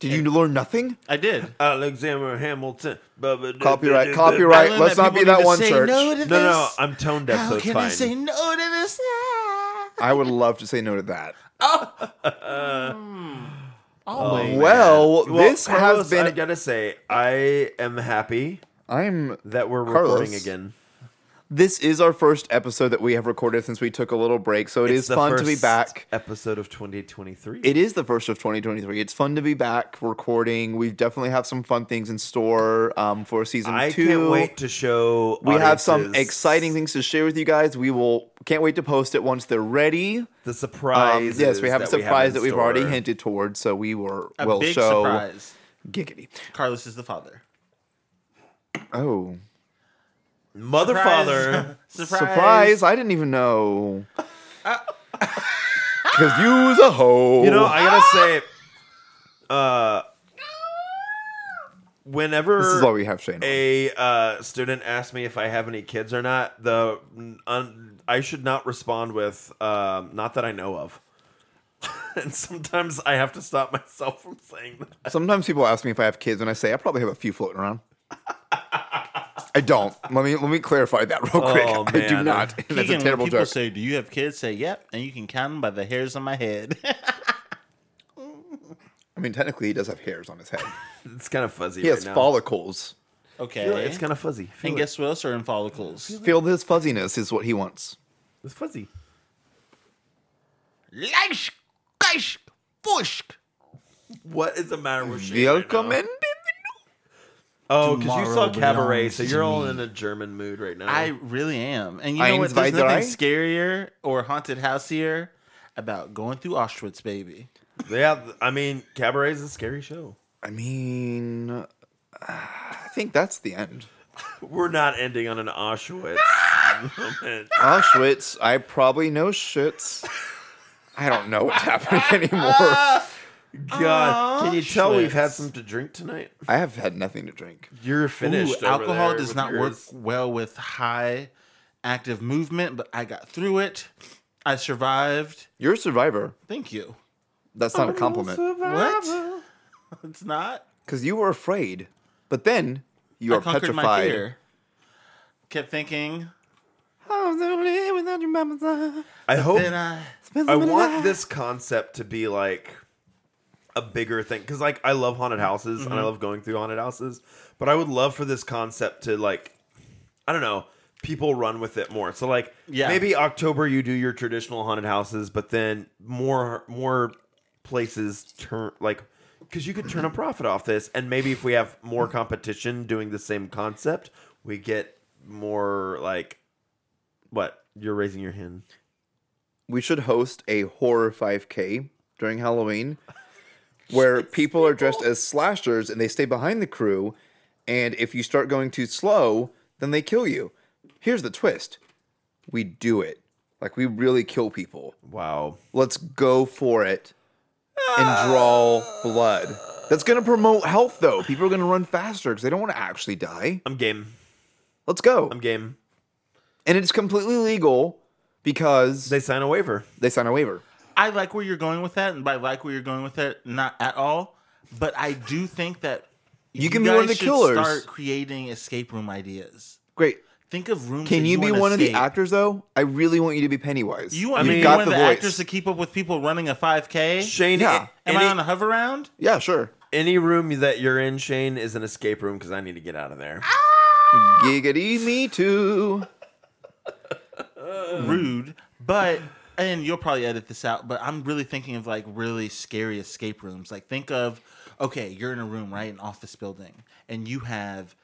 Speaker 2: Did you learn nothing?
Speaker 3: I did.
Speaker 1: Alexander Hamilton.
Speaker 2: Copyright, copyright.
Speaker 3: I learned
Speaker 2: Let's
Speaker 3: that
Speaker 2: not be
Speaker 3: people need
Speaker 2: that
Speaker 3: to
Speaker 2: one
Speaker 3: say
Speaker 2: church.
Speaker 3: no to
Speaker 1: No, no,
Speaker 3: this.
Speaker 1: I'm tone deaf, so
Speaker 3: How
Speaker 1: it's
Speaker 3: can I
Speaker 1: fine.
Speaker 3: say no to this?
Speaker 2: I would love to say no to that.
Speaker 3: Always.
Speaker 2: well,
Speaker 1: Hmm. Oh, Well,
Speaker 2: this
Speaker 1: Carlos,
Speaker 2: has been.
Speaker 1: I gotta say, I am happy
Speaker 2: I'm
Speaker 1: that we're
Speaker 2: Carlos.
Speaker 1: recording again.
Speaker 2: This is our first episode that we have recorded since we took a little break, so it's
Speaker 1: It's the
Speaker 2: fun to be
Speaker 1: first
Speaker 2: back.
Speaker 1: Episode of 2023.
Speaker 2: It is the first of 2023. It's fun to be back recording. We definitely have some fun things in store um, for season
Speaker 1: I
Speaker 2: two.
Speaker 1: can't wait to show.
Speaker 2: we have some
Speaker 1: audiences
Speaker 2: exciting things to share with you guys. We will can't wait to post it once they're ready.
Speaker 1: The
Speaker 2: Um,
Speaker 1: surprise.
Speaker 2: yes, we have a surprise
Speaker 1: in
Speaker 2: that we've already
Speaker 1: store.
Speaker 2: hinted towards, so we were
Speaker 3: A
Speaker 2: will
Speaker 3: big
Speaker 2: show
Speaker 3: surprise.
Speaker 2: giggity.
Speaker 3: Carlos is the father.
Speaker 2: Oh,
Speaker 1: Mother father.
Speaker 3: surprise.
Speaker 2: surprise! I didn't even know. Cause you's a hoe.
Speaker 1: You know, I gotta say, uh, whenever
Speaker 2: this is all we have, Shane.
Speaker 1: a uh, student asked me if I have any kids or not, the un, I should not respond with um, "not that I know of." and sometimes I have to stop myself from saying that.
Speaker 2: Sometimes people ask me if I have kids, and I say I probably have a few floating around. I don't. Let me let me clarify that real quick.
Speaker 1: Oh,
Speaker 2: I do
Speaker 1: man.
Speaker 2: not. That's
Speaker 3: Keegan,
Speaker 2: a
Speaker 3: when
Speaker 2: terrible
Speaker 3: people
Speaker 2: joke.
Speaker 3: say, "Do you have kids?" Say, "Yep," and you can count them by the hairs on my head.
Speaker 2: I mean, technically, he does have hairs on his head.
Speaker 1: It's kind of fuzzy.
Speaker 2: He has
Speaker 1: right now.
Speaker 2: follicles.
Speaker 3: okay.
Speaker 1: Feel it. It's kind of fuzzy. Feel
Speaker 3: and
Speaker 1: it.
Speaker 3: guess what else are in follicles?
Speaker 2: Feel his fuzziness is what he wants.
Speaker 1: it's fuzzy.
Speaker 3: Leish, geish, bush.
Speaker 1: What is the matter with Shane right now?
Speaker 2: Welcome in.
Speaker 1: Oh, because you saw
Speaker 3: Tomorrow
Speaker 1: Cabaret, so
Speaker 3: belongs
Speaker 1: you're
Speaker 3: to
Speaker 1: all
Speaker 3: me.
Speaker 1: in a German mood right now.
Speaker 3: I really am. And you know what?
Speaker 2: Eins
Speaker 3: There's
Speaker 2: weiter
Speaker 3: nothing scarier or haunted houseier about going through Auschwitz, baby.
Speaker 1: yeah, th- I mean, Cabaret is a scary show.
Speaker 2: I mean, uh, I think that's the end.
Speaker 1: We're not ending on an Auschwitz moment.
Speaker 2: Auschwitz. I probably know shits. I don't know what's happening anymore.
Speaker 1: God, can you tell we've had
Speaker 3: Auschwitz.
Speaker 1: something to drink tonight?
Speaker 2: I have had nothing to drink.
Speaker 1: You're finished.
Speaker 3: Ooh,
Speaker 1: over
Speaker 3: alcohol
Speaker 1: there
Speaker 3: does
Speaker 1: with
Speaker 3: not
Speaker 1: yours.
Speaker 3: work well with high active movement, but I got through it. I survived.
Speaker 2: You're a survivor.
Speaker 3: Thank you.
Speaker 2: That's not a compliment.
Speaker 3: What? It's not.
Speaker 2: Because you were afraid, but then you
Speaker 3: I
Speaker 2: are
Speaker 3: conquered my
Speaker 2: petrified.
Speaker 3: fear. Kept thinking.
Speaker 1: I hope.
Speaker 3: Then I.
Speaker 1: I want this concept to be like a bigger thing because, like, I love haunted houses and I love going through haunted houses, but I would love for this concept to like, I don't know, people run with it more. So like
Speaker 3: Yeah.
Speaker 1: maybe October you do your traditional haunted houses, but then more more places turn like because you could turn a profit off this, and maybe if we have more competition doing the same concept, we get more like what you're raising your hand.
Speaker 2: we should host a horror 5K during Halloween where people are dressed as slashers and they stay behind the crew. And if you start going too slow, then they kill you. Here's the twist we do it. Like, we really kill people.
Speaker 1: Wow,
Speaker 2: Let's go for it and draw blood. That's going to promote health, though. People are going to run faster because they don't want to actually die.
Speaker 1: I'm game.
Speaker 2: Let's go.
Speaker 1: I'm game.
Speaker 2: And it's completely legal because
Speaker 1: They sign a waiver.
Speaker 2: they sign a waiver.
Speaker 3: I like where you're going with that, and by like where you're going with it, not at all. But I do think that
Speaker 2: You can be one of
Speaker 3: guys
Speaker 2: the
Speaker 3: should
Speaker 2: killers.
Speaker 3: Start creating escape room ideas.
Speaker 2: Great.
Speaker 3: Think of rooms.
Speaker 2: Can
Speaker 3: that
Speaker 2: you, be
Speaker 3: wanna
Speaker 2: one of the
Speaker 3: escape.
Speaker 2: actors though? I really want you to be Pennywise.
Speaker 3: You want
Speaker 1: I
Speaker 3: me to
Speaker 1: mean-
Speaker 3: be
Speaker 2: Got
Speaker 3: one of
Speaker 2: the
Speaker 3: the
Speaker 2: voice.
Speaker 3: actors to keep up with people running a 5K?
Speaker 1: Shane,
Speaker 2: Yeah.
Speaker 3: Am
Speaker 1: any-
Speaker 3: I on a hover round?
Speaker 2: yeah, sure.
Speaker 1: any room that you're in, Shane, is an escape room because I need to get out of there.
Speaker 2: Ah! Giggity, me too.
Speaker 3: Rude, but and you'll probably edit this out. But I'm really thinking of like really scary escape rooms. Like think of okay, you're in a room, right, an office building, and you have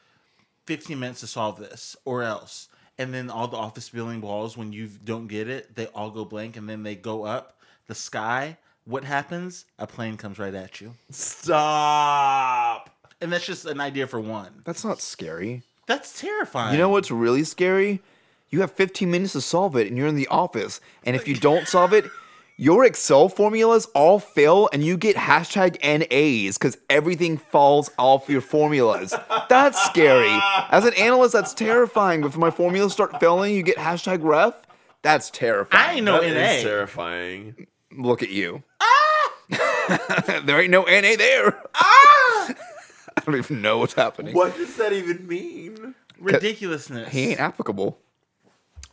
Speaker 3: 15 minutes to solve this, or else. And then all the office building walls, when you don't get it, they all go blank, and then they go up the sky. What happens? A plane comes right at you,
Speaker 1: Stop.
Speaker 3: and that's just an idea for one.
Speaker 2: That's not scary.
Speaker 3: That's terrifying.
Speaker 2: You know what's really scary? You have 15 minutes to solve it, and you're in the office. And if you don't solve it, your Excel formulas all fail, and you get hashtag NAs because everything falls off your formulas. That's scary. As an analyst, that's terrifying. If my formulas start failing, you get hashtag ref. That's terrifying.
Speaker 3: I ain't no
Speaker 1: That is
Speaker 3: NA.
Speaker 1: terrifying.
Speaker 2: Look at you.
Speaker 1: Ah!
Speaker 2: there ain't no NA there. I don't even know what's happening.
Speaker 1: What does that even mean?
Speaker 3: Ridiculousness.
Speaker 2: He ain't applicable.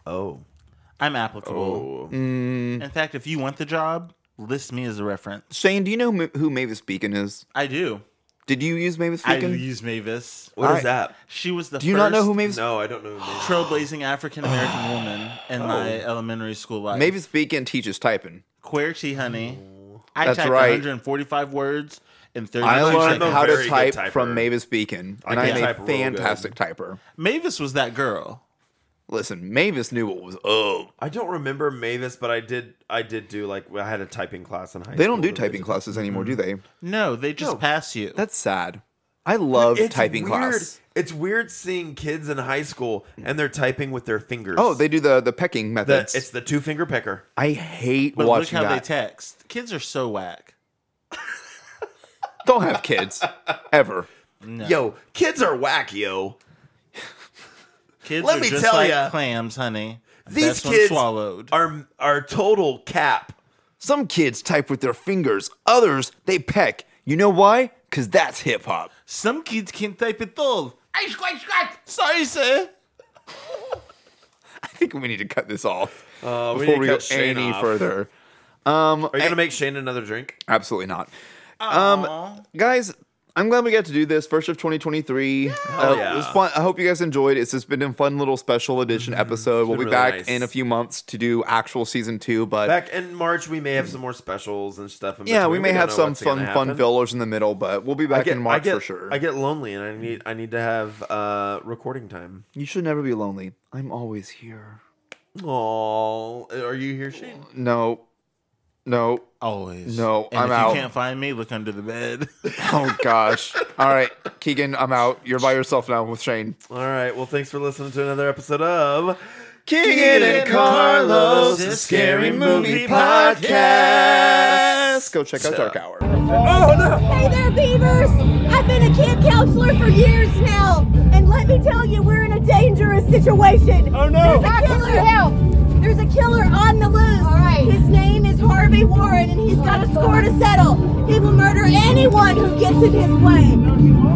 Speaker 1: Oh.
Speaker 3: I'm
Speaker 2: Oh.
Speaker 3: applicable. In fact, if you want the job, list me as a reference.
Speaker 2: Shane, do you know m- who Mavis Beacon is?
Speaker 3: I do.
Speaker 2: Did you use Mavis
Speaker 3: I
Speaker 2: Beacon?
Speaker 3: use Mavis.
Speaker 1: what is
Speaker 2: I-
Speaker 1: that?
Speaker 3: She was the
Speaker 2: do you not know who
Speaker 3: first
Speaker 2: Mavis?
Speaker 1: No, I don't know. who
Speaker 3: trailblazing African American woman in my elementary school life.
Speaker 2: Oh. Mavis Beacon teaches typing.
Speaker 3: QWERTY, honey. I
Speaker 2: That's
Speaker 3: typed
Speaker 2: right.
Speaker 3: 145 words in 30
Speaker 2: I learned
Speaker 1: a
Speaker 3: seconds.
Speaker 2: how to
Speaker 1: very
Speaker 2: type
Speaker 1: good
Speaker 2: from
Speaker 1: typer.
Speaker 2: Mavis Beacon, and
Speaker 1: can
Speaker 2: I'm
Speaker 1: type
Speaker 2: a
Speaker 1: real good.
Speaker 2: fantastic typer.
Speaker 3: Mavis was that girl.
Speaker 2: Listen, Mavis knew what was up.
Speaker 1: I don't remember Mavis, but I did. I did do like I had a typing class in high school.
Speaker 2: They don't do
Speaker 1: that
Speaker 2: typing
Speaker 1: did.
Speaker 2: classes anymore, do they?
Speaker 3: No, they just pass you.
Speaker 2: That's sad. I love
Speaker 1: It's
Speaker 2: typing
Speaker 1: weird.
Speaker 2: class.
Speaker 1: It's weird seeing kids in high school and they're typing with their fingers.
Speaker 2: Oh, they do the the pecking
Speaker 1: The,
Speaker 2: methods.
Speaker 1: it's the two finger pecker.
Speaker 2: I hate
Speaker 3: but look
Speaker 2: watching
Speaker 3: how
Speaker 2: that.
Speaker 3: they text. Kids are so whack.
Speaker 2: Don't have kids ever.
Speaker 1: Yo, kids are whack, yo.
Speaker 3: Kids
Speaker 1: Let
Speaker 3: are
Speaker 1: me
Speaker 3: just
Speaker 1: tell
Speaker 3: like
Speaker 1: ya.
Speaker 3: clams, honey.
Speaker 1: These
Speaker 3: Best one
Speaker 1: kids
Speaker 3: swallowed.
Speaker 1: are are total cap.
Speaker 2: Some kids type with their fingers, others they peck. You know why? Cause that's hip hop.
Speaker 3: Some kids can't type at all. I squat, squat. Sorry, sir.
Speaker 2: I think we need to cut this off
Speaker 1: Uh,
Speaker 2: before we
Speaker 1: need to
Speaker 2: go
Speaker 1: cut Shane
Speaker 2: any
Speaker 1: off.
Speaker 2: further. Um,
Speaker 1: Are you gonna make Shane another drink?
Speaker 2: Absolutely not. Um, guys, I'm glad we got to do this first of 2023. Uh, It was
Speaker 1: yeah. Mm-hmm.
Speaker 2: fun. I hope you guys enjoyed. It's just been a fun little special edition episode. We'll be
Speaker 1: been really
Speaker 2: back
Speaker 1: nice.
Speaker 2: in a few months to do actual season two, but
Speaker 1: Back in March, we may have some more specials and stuff. in
Speaker 2: yeah,
Speaker 1: between.
Speaker 2: we may
Speaker 1: don't
Speaker 2: have
Speaker 1: know
Speaker 2: some
Speaker 1: what's gonna
Speaker 2: fun, fun
Speaker 1: happen.
Speaker 2: fillers in the middle, but we'll be back in
Speaker 1: I
Speaker 2: March
Speaker 1: get,
Speaker 2: for sure.
Speaker 1: I get lonely and I need I need to have uh recording time.
Speaker 2: you should never be lonely. I'm always here.
Speaker 1: Oh, are you here, Shane?
Speaker 2: No, no.
Speaker 3: Always.
Speaker 2: No,
Speaker 3: and
Speaker 2: I'm
Speaker 3: if
Speaker 2: out.
Speaker 3: you can't find me, look under the bed.
Speaker 2: Oh gosh. All right, Keegan, I'm out. You're by yourself now with Shane.
Speaker 1: All right. Well, thanks for listening to another episode of
Speaker 2: Keegan and Carlos, the Scary Movie Podcast. Go check out Dark Hour.
Speaker 5: Hey there, beavers! I've been a camp counselor for years now, and let me tell you, we're in a dangerous situation.
Speaker 7: Oh, no.
Speaker 5: There's a killer. There's a killer on the loose. All right. His name is Harvey Warren, and he's got a score to settle. He will murder anyone who gets in his way.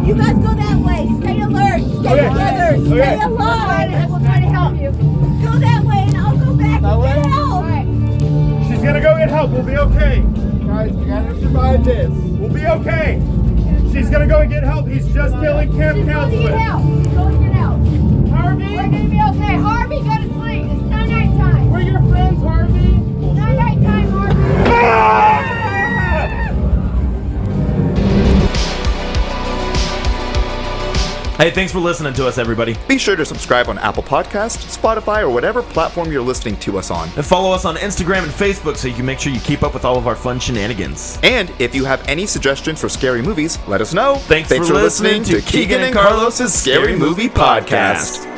Speaker 5: You guys go that way. Stay alert. Stay
Speaker 7: Okay.
Speaker 5: together.
Speaker 7: Okay.
Speaker 5: Stay alive. I will try to help you. Go that way, and I'll go back and get help.
Speaker 7: She's gonna go get help. We'll be okay. Guys, we gotta survive this. We'll be okay. She's gonna go and get help. He's just killing camp
Speaker 5: She's gonna need
Speaker 7: counselors.
Speaker 5: help. Go and get help.
Speaker 7: Harvey!
Speaker 5: We're gonna be okay. Harvey, go to sleep. It's night night time.
Speaker 8: We're your friends, Harvey. Ah!
Speaker 5: Night night time, Harvey.
Speaker 1: Hey, thanks for listening to us, everybody.
Speaker 9: Be sure to subscribe on Apple Podcasts, Spotify, or whatever platform you're listening to us on.
Speaker 1: And follow us on Instagram and Facebook so you can make sure you keep up with all of our fun shenanigans.
Speaker 9: And if you have any suggestions for scary movies, let us know.
Speaker 1: Thanks for listening to Keegan and Carlos's Scary Movie Podcast.